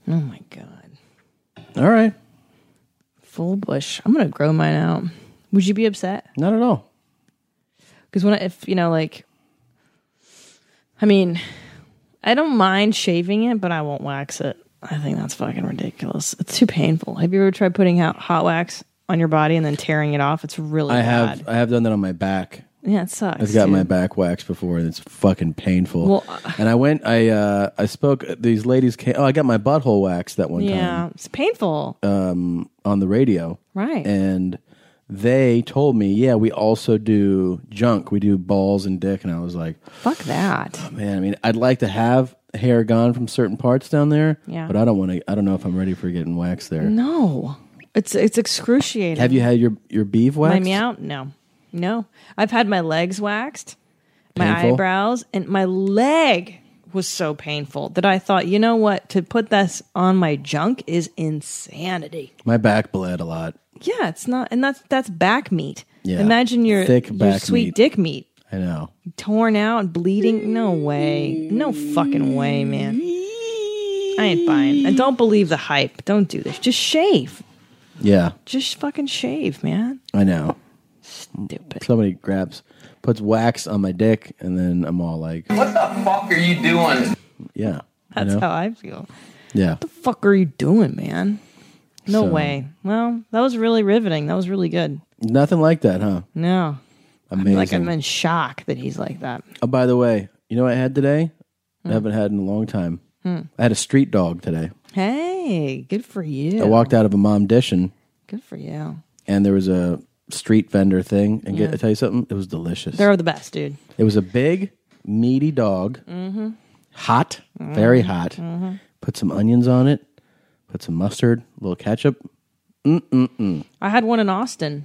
[SPEAKER 2] Oh my god,
[SPEAKER 1] All right.
[SPEAKER 2] full bush. I'm gonna grow mine out. Would you be upset?
[SPEAKER 1] Not at all.
[SPEAKER 2] Because when I, if you know, like, I mean, I don't mind shaving it, but I won't wax it. I think that's fucking ridiculous. It's too painful. Have you ever tried putting out hot wax on your body and then tearing it off? It's really
[SPEAKER 1] I
[SPEAKER 2] bad.
[SPEAKER 1] have I have done that on my back.
[SPEAKER 2] Yeah, it sucks.
[SPEAKER 1] I've got
[SPEAKER 2] dude.
[SPEAKER 1] my back waxed before, and it's fucking painful.
[SPEAKER 2] Well, uh,
[SPEAKER 1] and I went. I uh, I spoke. These ladies came. Oh, I got my butthole waxed that one
[SPEAKER 2] Yeah, it's painful.
[SPEAKER 1] time um, on the radio.
[SPEAKER 2] Right.
[SPEAKER 1] And they told me, yeah, we also do junk. We do balls and dick. And I was like,
[SPEAKER 2] Fuck that.
[SPEAKER 1] man, I mean, I'd like to have hair gone from certain parts down there.
[SPEAKER 2] Yeah.
[SPEAKER 1] But I don't want to. I don't know if I'm ready for getting waxed
[SPEAKER 2] Mm.
[SPEAKER 1] there.
[SPEAKER 2] No, it's it's excruciating.
[SPEAKER 1] Have you had your your beef waxed?
[SPEAKER 2] My meow? No, no. I've had my legs waxed, my
[SPEAKER 1] Painful?
[SPEAKER 2] eyebrows, and my leg was so painful that I thought, you know what? To put this on my junk is insanity.
[SPEAKER 1] My back bled a lot.
[SPEAKER 2] Yeah, it's not, and that's that's back meat.
[SPEAKER 1] Yeah.
[SPEAKER 2] Imagine your
[SPEAKER 1] Thick
[SPEAKER 2] your
[SPEAKER 1] back
[SPEAKER 2] sweet
[SPEAKER 1] meat.
[SPEAKER 2] dick meat
[SPEAKER 1] I know.
[SPEAKER 2] torn out and bleeding. No way. No fucking way, man. I ain't buying. And don't believe the hype. Don't do this. Just shave.
[SPEAKER 1] Yeah.
[SPEAKER 2] Just fucking shave, man.
[SPEAKER 1] I know.
[SPEAKER 2] Stupid.
[SPEAKER 1] Somebody grabs, puts wax on my dick, and then I'm all like,
[SPEAKER 4] What the fuck are you doing?
[SPEAKER 1] yeah. I
[SPEAKER 2] That's
[SPEAKER 1] know.
[SPEAKER 2] how I feel.
[SPEAKER 1] yeah.
[SPEAKER 2] fuck are you doing, man? No
[SPEAKER 1] So-
[SPEAKER 2] way. Well, that was really riveting. That was really good.
[SPEAKER 1] Nothing like that, huh?
[SPEAKER 2] No.
[SPEAKER 1] Amazing.
[SPEAKER 2] Like I'm in shock that he's like that.
[SPEAKER 1] oh, by the way, you know what I had today? I haven't had in a long time.
[SPEAKER 2] Hmm.
[SPEAKER 1] I had a street dog today.
[SPEAKER 2] Hey, good for you.
[SPEAKER 1] I walked out of a mom dishing,
[SPEAKER 2] Good for you.
[SPEAKER 1] and there was a street vendor thing. And get,
[SPEAKER 2] Yeah.
[SPEAKER 1] I tell you something, it was delicious.
[SPEAKER 2] They're the best, dude.
[SPEAKER 1] it was a big, meaty dog,
[SPEAKER 2] Mm-hmm.
[SPEAKER 1] hot,
[SPEAKER 2] Mm.
[SPEAKER 1] very hot.
[SPEAKER 2] Mm-hmm.
[SPEAKER 1] Put some onions on it, put some mustard, a little ketchup. Mm mm mm.
[SPEAKER 2] I had one in Austin.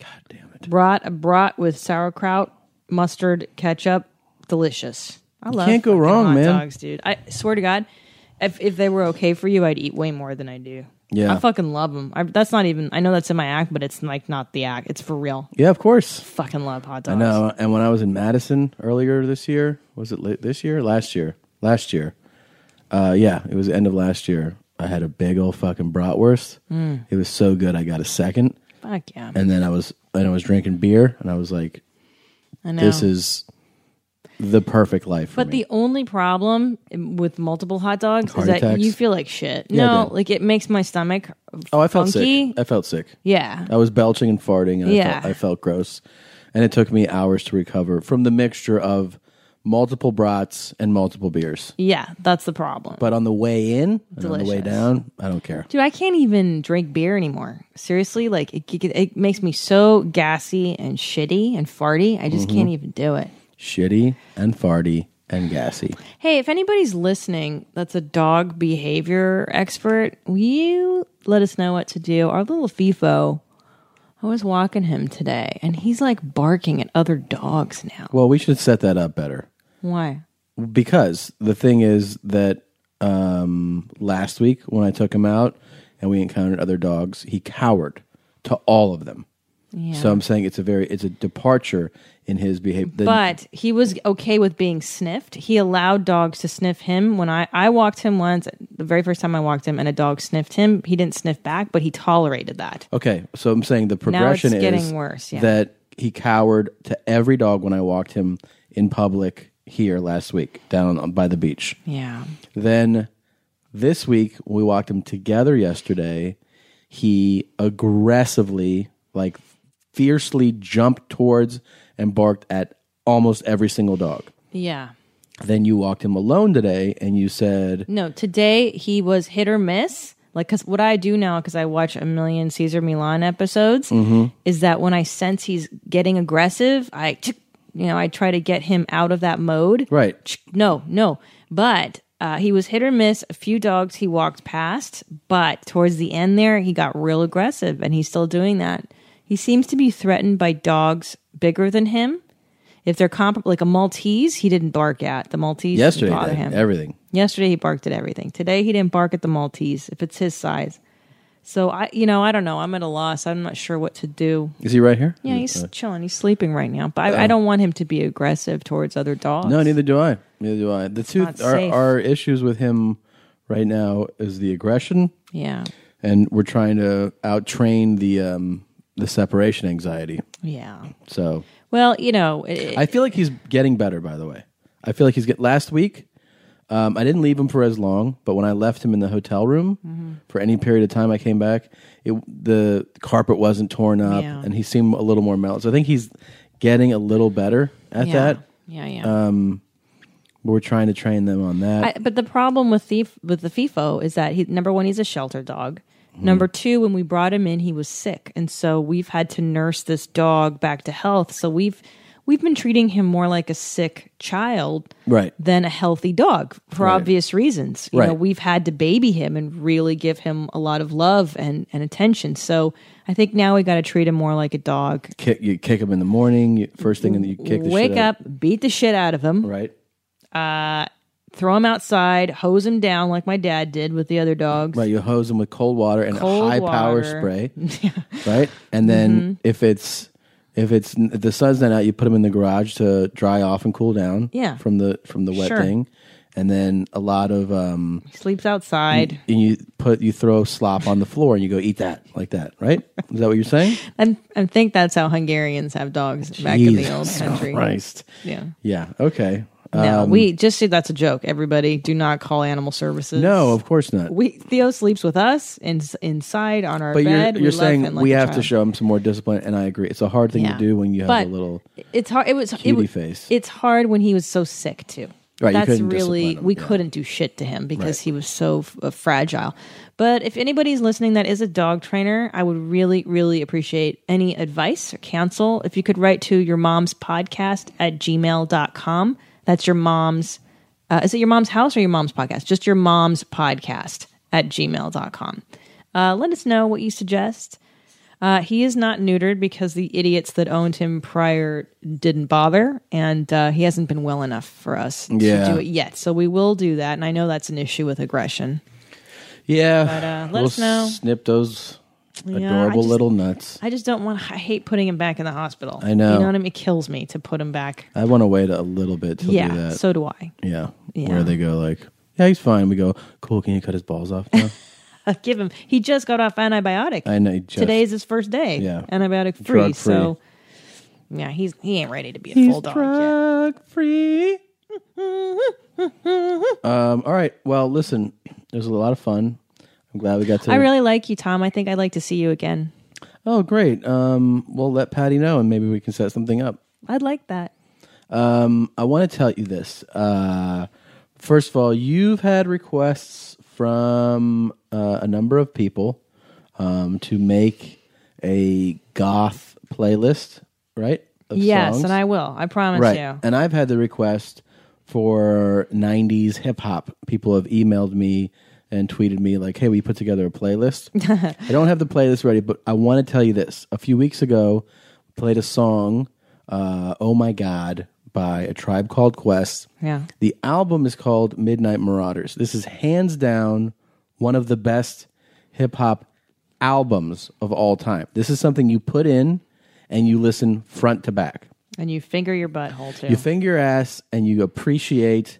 [SPEAKER 2] God damn it. Brought a brat with sauerkraut, mustard, ketchup. Delicious. I
[SPEAKER 1] You
[SPEAKER 2] love
[SPEAKER 1] can't go
[SPEAKER 2] fucking
[SPEAKER 1] wrong,
[SPEAKER 2] hot
[SPEAKER 1] man.
[SPEAKER 2] dogs, dude. I swear to God, if if they were okay for you, I'd eat way more than I do.
[SPEAKER 1] Yeah.
[SPEAKER 2] I fucking love them. I, that's not even. I know that's in my act, but it's like not the act. It's for real.
[SPEAKER 1] Yeah, of course.
[SPEAKER 2] Fucking love hot
[SPEAKER 1] I
[SPEAKER 2] dogs.
[SPEAKER 1] know. And when I was in Madison earlier this year, was it late this year? Last year? Last year? Uh, yeah, it was the end of last year. I had a big old fucking bratwurst.
[SPEAKER 2] Mm.
[SPEAKER 1] It was so good. I got a second,
[SPEAKER 2] Fuck yeah.
[SPEAKER 1] and then I was and I was drinking beer, and I was like,
[SPEAKER 2] I know.
[SPEAKER 1] "This is the perfect life." For
[SPEAKER 2] But
[SPEAKER 1] me.
[SPEAKER 2] the only problem with multiple hot dogs
[SPEAKER 1] Heart
[SPEAKER 2] is that
[SPEAKER 1] attacks?
[SPEAKER 2] you feel like shit.
[SPEAKER 1] Yeah, I
[SPEAKER 2] no,
[SPEAKER 1] did.
[SPEAKER 2] like it makes my stomach.
[SPEAKER 1] oh, I felt
[SPEAKER 2] funky.
[SPEAKER 1] sick. I felt sick.
[SPEAKER 2] Yeah.
[SPEAKER 1] I was belching and farting, and I,
[SPEAKER 2] Yeah.
[SPEAKER 1] felt, I felt gross. And it took me hours to recover from the mixture of multiple brats and multiple beers.
[SPEAKER 2] Yeah, that's the problem.
[SPEAKER 1] But on the way in, and on the way
[SPEAKER 2] Delicious.
[SPEAKER 1] down, I don't care.
[SPEAKER 2] Dude, I can't even drink beer anymore. Seriously, like it, it, it makes me so gassy and shitty and farty. I just
[SPEAKER 1] Mhm.
[SPEAKER 2] can't even do it.
[SPEAKER 1] Shitty and farty and gassy.
[SPEAKER 2] Hey, if anybody's listening that's a dog behavior expert, will you let us know what to do? Our little FIFO, I was walking him today and he's like barking at other dogs now.
[SPEAKER 1] Well, we should set that up better
[SPEAKER 2] Why?
[SPEAKER 1] because the thing is that um, last week when I took him out and we encountered other dogs, he cowered to all of them.
[SPEAKER 2] Yeah.
[SPEAKER 1] So I'm saying it's a very it's a departure in his behavior. The-
[SPEAKER 2] but he was okay with being sniffed. He allowed dogs to sniff him. When I, I walked him once, the very first time I walked him, and a dog sniffed him, he didn't sniff back, but he tolerated that.
[SPEAKER 1] Okay, so I'm saying the progression
[SPEAKER 2] Now it's getting
[SPEAKER 1] is
[SPEAKER 2] worse, yeah.
[SPEAKER 1] that he cowered to every dog when I walked him in public here last week down on, by the beach.
[SPEAKER 2] Yeah.
[SPEAKER 1] Then this week we walked him together yesterday. He aggressively, like fiercely jumped towards and barked at almost every single dog.
[SPEAKER 2] Yeah.
[SPEAKER 1] Then you walked him alone today and you said,
[SPEAKER 2] No, today he was hit or miss. Like, because what I do now, because I watch a million Caesar Milan episodes,
[SPEAKER 1] Mhm.
[SPEAKER 2] is that when I sense he's getting aggressive, I, tsk, you know, I try to get him out of that mode.
[SPEAKER 1] Right.
[SPEAKER 2] Tsk, No, no. But uh, he was hit or miss. A few dogs he walked past, but towards the end there, he got real aggressive and he's still doing that. He seems to be threatened by dogs bigger than him. If they're comparable, like a Maltese, he didn't bark at. The Maltese didn't
[SPEAKER 1] yesterday,
[SPEAKER 2] bother
[SPEAKER 1] then,
[SPEAKER 2] him.
[SPEAKER 1] everything.
[SPEAKER 2] Yesterday he barked at everything. Today he didn't bark at the Maltese if it's his size. So I, you know, I don't know. I'm at a loss. I'm not sure what to do.
[SPEAKER 1] Is he right here?
[SPEAKER 2] Yeah, he's
[SPEAKER 1] Uh,
[SPEAKER 2] chilling. He's sleeping right now. But I,
[SPEAKER 1] Oh.
[SPEAKER 2] I don't want him to be aggressive towards other dogs.
[SPEAKER 1] No, neither do I. Neither do I. The two
[SPEAKER 2] not
[SPEAKER 1] our,
[SPEAKER 2] safe.
[SPEAKER 1] our issues with him right now is the aggression.
[SPEAKER 2] Yeah.
[SPEAKER 1] And we're trying to out train the um the separation anxiety.
[SPEAKER 2] Yeah.
[SPEAKER 1] So
[SPEAKER 2] Well, you know, it,
[SPEAKER 1] I feel like he's getting better by the way. I feel like he's get last week um, I didn't leave him for as long, but when I left him in the hotel room
[SPEAKER 2] Mm-hmm.
[SPEAKER 1] for any period of time I came back, it, the carpet wasn't torn up
[SPEAKER 2] Yeah.
[SPEAKER 1] and he seemed a little more mellow. So I think he's getting a little better at
[SPEAKER 2] Yeah.
[SPEAKER 1] that.
[SPEAKER 2] Yeah, yeah.
[SPEAKER 1] Um, we're trying to train them on that.
[SPEAKER 2] I, but the problem with the with the FIFO is that he number one, he's a shelter dog.
[SPEAKER 1] Mhm.
[SPEAKER 2] Number two, when we brought him in, he was sick, and so we've had to nurse this dog back to health. So we've we've been treating him more like a sick child,
[SPEAKER 1] Right.
[SPEAKER 2] than a healthy dog for
[SPEAKER 1] Right.
[SPEAKER 2] obvious reasons. You know,
[SPEAKER 1] Right.
[SPEAKER 2] we've had to baby him and really give him a lot of love and and attention. So I think now we got to treat him more like a dog.
[SPEAKER 1] kick you kick him in the morning. You, first thing, and you kick the
[SPEAKER 2] Wake
[SPEAKER 1] shit out.
[SPEAKER 2] up, beat the shit out of him.
[SPEAKER 1] Right.
[SPEAKER 2] Uh, throw him outside, hose him down like my dad did with the other dogs.
[SPEAKER 1] Right, you hose him with cold water and
[SPEAKER 2] Cold
[SPEAKER 1] a high power
[SPEAKER 2] water.
[SPEAKER 1] spray. Right, and then
[SPEAKER 2] Mhm.
[SPEAKER 1] if it's if it's if the sun's not out, you put him in the garage to dry off and cool down.
[SPEAKER 2] Yeah.
[SPEAKER 1] from the from the wet
[SPEAKER 2] Sure.
[SPEAKER 1] thing, and then a lot of um.
[SPEAKER 2] Sleeps outside.
[SPEAKER 1] And you put you throw slop on the floor and you go eat that like that. Right? Is that what you're saying?
[SPEAKER 2] And I think that's how Hungarians have dogs back in the old
[SPEAKER 1] Jesus
[SPEAKER 2] country.
[SPEAKER 1] Christ.
[SPEAKER 2] Yeah.
[SPEAKER 1] Yeah. Okay.
[SPEAKER 2] No,
[SPEAKER 1] Um,
[SPEAKER 2] we just see that's a joke. Everybody, do not call animal services.
[SPEAKER 1] No, of course not.
[SPEAKER 2] We Theo sleeps with us in, inside on our
[SPEAKER 1] but
[SPEAKER 2] bed.
[SPEAKER 1] you're, you're
[SPEAKER 2] we
[SPEAKER 1] saying
[SPEAKER 2] love him like
[SPEAKER 1] we
[SPEAKER 2] a
[SPEAKER 1] have to
[SPEAKER 2] child.
[SPEAKER 1] show him some more discipline, and I agree. It's a hard thing
[SPEAKER 2] Yeah.
[SPEAKER 1] to do when you have
[SPEAKER 2] But
[SPEAKER 1] a little
[SPEAKER 2] It's hard. It was it
[SPEAKER 1] cutie
[SPEAKER 2] was-
[SPEAKER 1] face.
[SPEAKER 2] It's hard when he was so sick too.
[SPEAKER 1] Right, you
[SPEAKER 2] That's
[SPEAKER 1] couldn't
[SPEAKER 2] really
[SPEAKER 1] discipline him,
[SPEAKER 2] we couldn't do shit to him because
[SPEAKER 1] Right.
[SPEAKER 2] he was so f- uh, fragile. But if anybody's listening that is a dog trainer, I would really really appreciate any advice or counsel if you could write to your mom's podcast at gmail.com. That's your mom's uh, is it your mom's house or your mom's podcast? Just your mom's podcast at gmail.com. Uh, let us know what you suggest. Uh, he is not neutered because the idiots that owned him prior didn't bother, and uh, he hasn't been well enough for us
[SPEAKER 1] Yeah.
[SPEAKER 2] to do it yet. So we will do that, and I know that's an issue with aggression.
[SPEAKER 1] Yeah.
[SPEAKER 2] But, uh, let
[SPEAKER 1] we'll
[SPEAKER 2] us know.
[SPEAKER 1] Snip those
[SPEAKER 2] Yeah,
[SPEAKER 1] adorable
[SPEAKER 2] I just-
[SPEAKER 1] little nuts.
[SPEAKER 2] I just don't want. I hate putting him back in the hospital.
[SPEAKER 1] I know.
[SPEAKER 2] You know what I mean? It kills me to put him back.
[SPEAKER 1] I want to wait a little bit to do
[SPEAKER 2] yeah.
[SPEAKER 1] that.
[SPEAKER 2] So do I.
[SPEAKER 1] yeah.
[SPEAKER 2] Yeah.
[SPEAKER 1] Where they go like, yeah, he's fine. We go, cool. Can you cut his balls off now?
[SPEAKER 2] Give him. He just got off antibiotic.
[SPEAKER 1] I know, he just-
[SPEAKER 2] Today's his first day.
[SPEAKER 1] Yeah.
[SPEAKER 2] Antibiotic free.
[SPEAKER 1] Drug-free.
[SPEAKER 2] So. Yeah, he's he ain't ready to be a
[SPEAKER 1] He's
[SPEAKER 2] full dog drug
[SPEAKER 1] free.
[SPEAKER 2] yet.
[SPEAKER 1] um, all right. Well, listen, it was a lot of fun. I'm glad we got to.
[SPEAKER 2] I really like you, Tom. I think I'd like to see you again.
[SPEAKER 1] Oh, great. Um, we'll let Patty know, and maybe we can set something up.
[SPEAKER 2] I'd like that.
[SPEAKER 1] Um, I want to tell you this. Uh, first of all, you've had requests from uh, a number of people um, to make a goth playlist, right? of
[SPEAKER 2] yes,
[SPEAKER 1] songs?
[SPEAKER 2] and I will. I promise
[SPEAKER 1] right.
[SPEAKER 2] you.
[SPEAKER 1] And I've had the request for 90s hip hop. People have emailed me and tweeted me, like, hey, we put together a playlist. I don't have the playlist ready, but I want to tell you this. A few weeks ago, we played a song, uh, Oh My God, by a tribe called Quest.
[SPEAKER 2] Yeah.
[SPEAKER 1] The album is called Midnight Marauders. This is hands down one of the best hip hop albums of all time. This is something you put in and you listen front to back.
[SPEAKER 2] And you finger your butthole too.
[SPEAKER 1] You finger your ass and you appreciate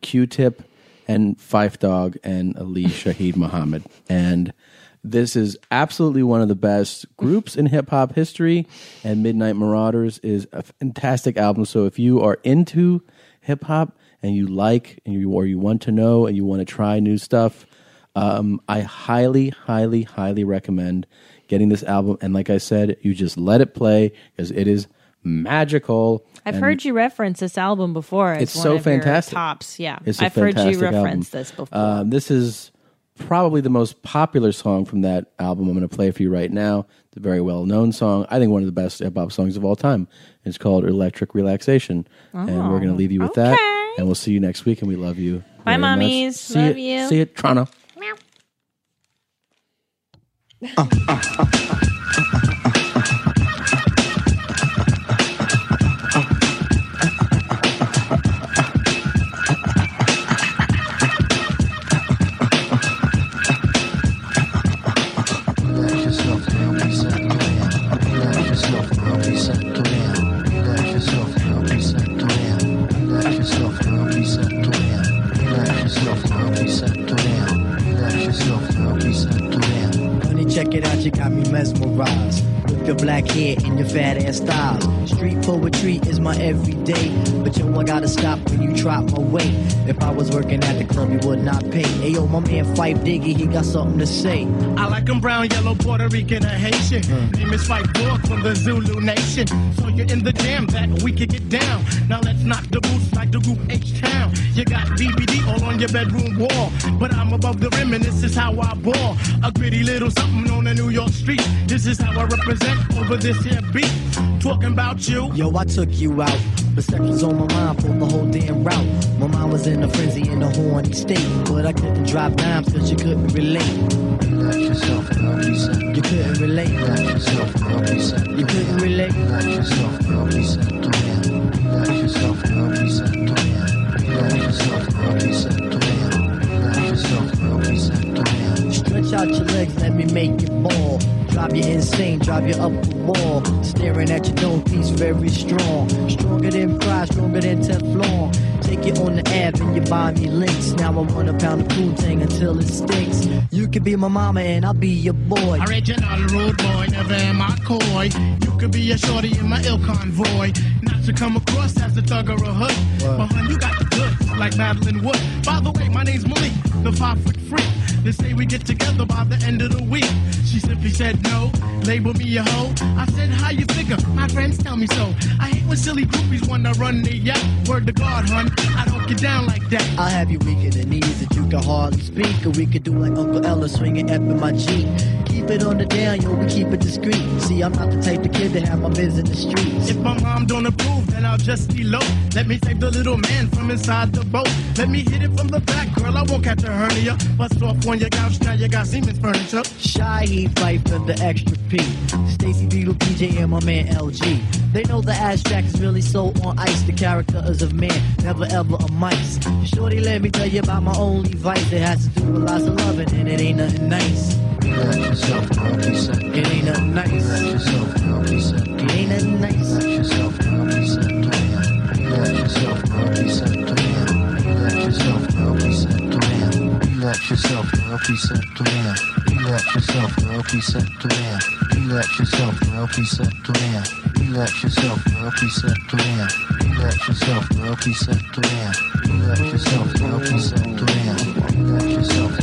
[SPEAKER 1] Q-Tip and Fife Dog and Ali Shaheed Muhammad. And this is absolutely one of the best groups in hip hop history. And Midnight Marauders is a fantastic album. So if you are into hip hop and you like and you or you want to know and you want to try new stuff, um, I highly, highly, highly recommend getting this album. And like I said, you just let it play because it is magical.
[SPEAKER 2] I've
[SPEAKER 1] and-
[SPEAKER 2] heard you reference this album before. as
[SPEAKER 1] It's
[SPEAKER 2] one
[SPEAKER 1] so
[SPEAKER 2] of your
[SPEAKER 1] fantastic.
[SPEAKER 2] tops. Yeah,
[SPEAKER 1] It's a
[SPEAKER 2] I've heard you
[SPEAKER 1] fantastic album.
[SPEAKER 2] reference this before.
[SPEAKER 1] Um, this is probably the most popular song from that album. I'm going to play for you right now. It's a very well known song. I think one of the best hip hop songs of all time. It's called Electric Relaxation. and
[SPEAKER 2] Oh.
[SPEAKER 1] we're going to leave you with that. And we'll see you next week. And we love you.
[SPEAKER 2] Bye,
[SPEAKER 1] very much.
[SPEAKER 2] mommies.
[SPEAKER 1] See
[SPEAKER 2] Love
[SPEAKER 1] ya-
[SPEAKER 2] you.
[SPEAKER 1] See you, Toronto.
[SPEAKER 12] Relax yourself now, we settle down. Relax yourself now, we settle down. Relax yourself now, we settle down. Relax yourself now, we settle down. Relax yourself now, we settle down. Relax yourself now, we settle down.
[SPEAKER 13] Honey, check it out, you got me mesmerized. With your black hair and your fat ass styles. Street poetry is my everyday. But yo, I gotta stop when you drop my weight. If I was working at the club, you would not pay. Hey, yo, my man Fife Diggy, he got something to say.
[SPEAKER 14] I like 'em brown, yellow, Puerto Rican, and Haitian. Name is Fight Dog from the Zulu Nation. So you're in the jam that we could get down. Now let's knock the boots like the group H Town. You got BBD all on your bedroom wall. But I'm above the rim, and this is how I ball. A gritty little something on the New York street. This is how I represent over this here beat. Talking about you.
[SPEAKER 13] Yo, I took you out. But sex was on my mind for the whole damn route. My mind was in a frenzy in a horny state. But I couldn't drop dimes cause you couldn't relate.
[SPEAKER 12] Relax yourself now, we settle
[SPEAKER 13] You couldn't relate.
[SPEAKER 12] Relax yourself now, we settle
[SPEAKER 13] You couldn't relate.
[SPEAKER 12] Relax yourself now, we settle down. Relax yourself now, we settle down. Relax yourself now, we settle down. Relax yourself now, we settle down.
[SPEAKER 13] Stretch out your legs, let me make you ball. Drive you insane, drive you up the wall. Staring at your dome piece, very strong. Stronger than pride, stronger than Teflon. Take it on the Ave and you buy me links. Now I want a pound of cool tang until it stinks. You could be my mama and I'll be your boy.
[SPEAKER 14] Original rude boy, never am I coy. You could be a shorty in my ill convoy. Not to come across as a thug or a hood. But hun, you got the goods, like Madeline Wood. By the way, my name's Malik, the five foot freak. They say we get together by the end of the week. She simply said no, label me a hoe. I said, how you figure? My friends tell me so. I hate when silly groupies wanna run the yacht. Word to God, hun, I don't get down like that.
[SPEAKER 13] I'll have you weak in the knees that you can hardly speak. Or we could do like Uncle Ella swinging up in my Jeep. keep it on the down, yo, we keep it discreet. See, I'm not the type of kid to have my biz in the streets.
[SPEAKER 14] If my mom don't approve, then I'll just elope. Let me save the little man from inside the boat. Let me hit it from the back, girl. I won't catch a hernia. Bust off on your couch, now you got Siemens furniture.
[SPEAKER 13] Shy, he fight for the extra P. Stacy Beetle, PJ, and my man LG. They know the abstract is really so on ice. The character is of man, never ever a mice. Shorty, let me tell you about my only vice. It has to do with lots of loving, and it ain't nothing nice.
[SPEAKER 12] Let yourself not be set.
[SPEAKER 13] It ain't nothing nice.
[SPEAKER 12] Let yourself not be set.
[SPEAKER 13] It ain't nothing nice.
[SPEAKER 12] Let yourself not be set. Let yourself not be set. Let yourself not be set. Let yourself not be set. Let yourself not be set. Let yourself not be set. Let yourself not be set. Let yourself not be set. Let yourself not be set. Let yourself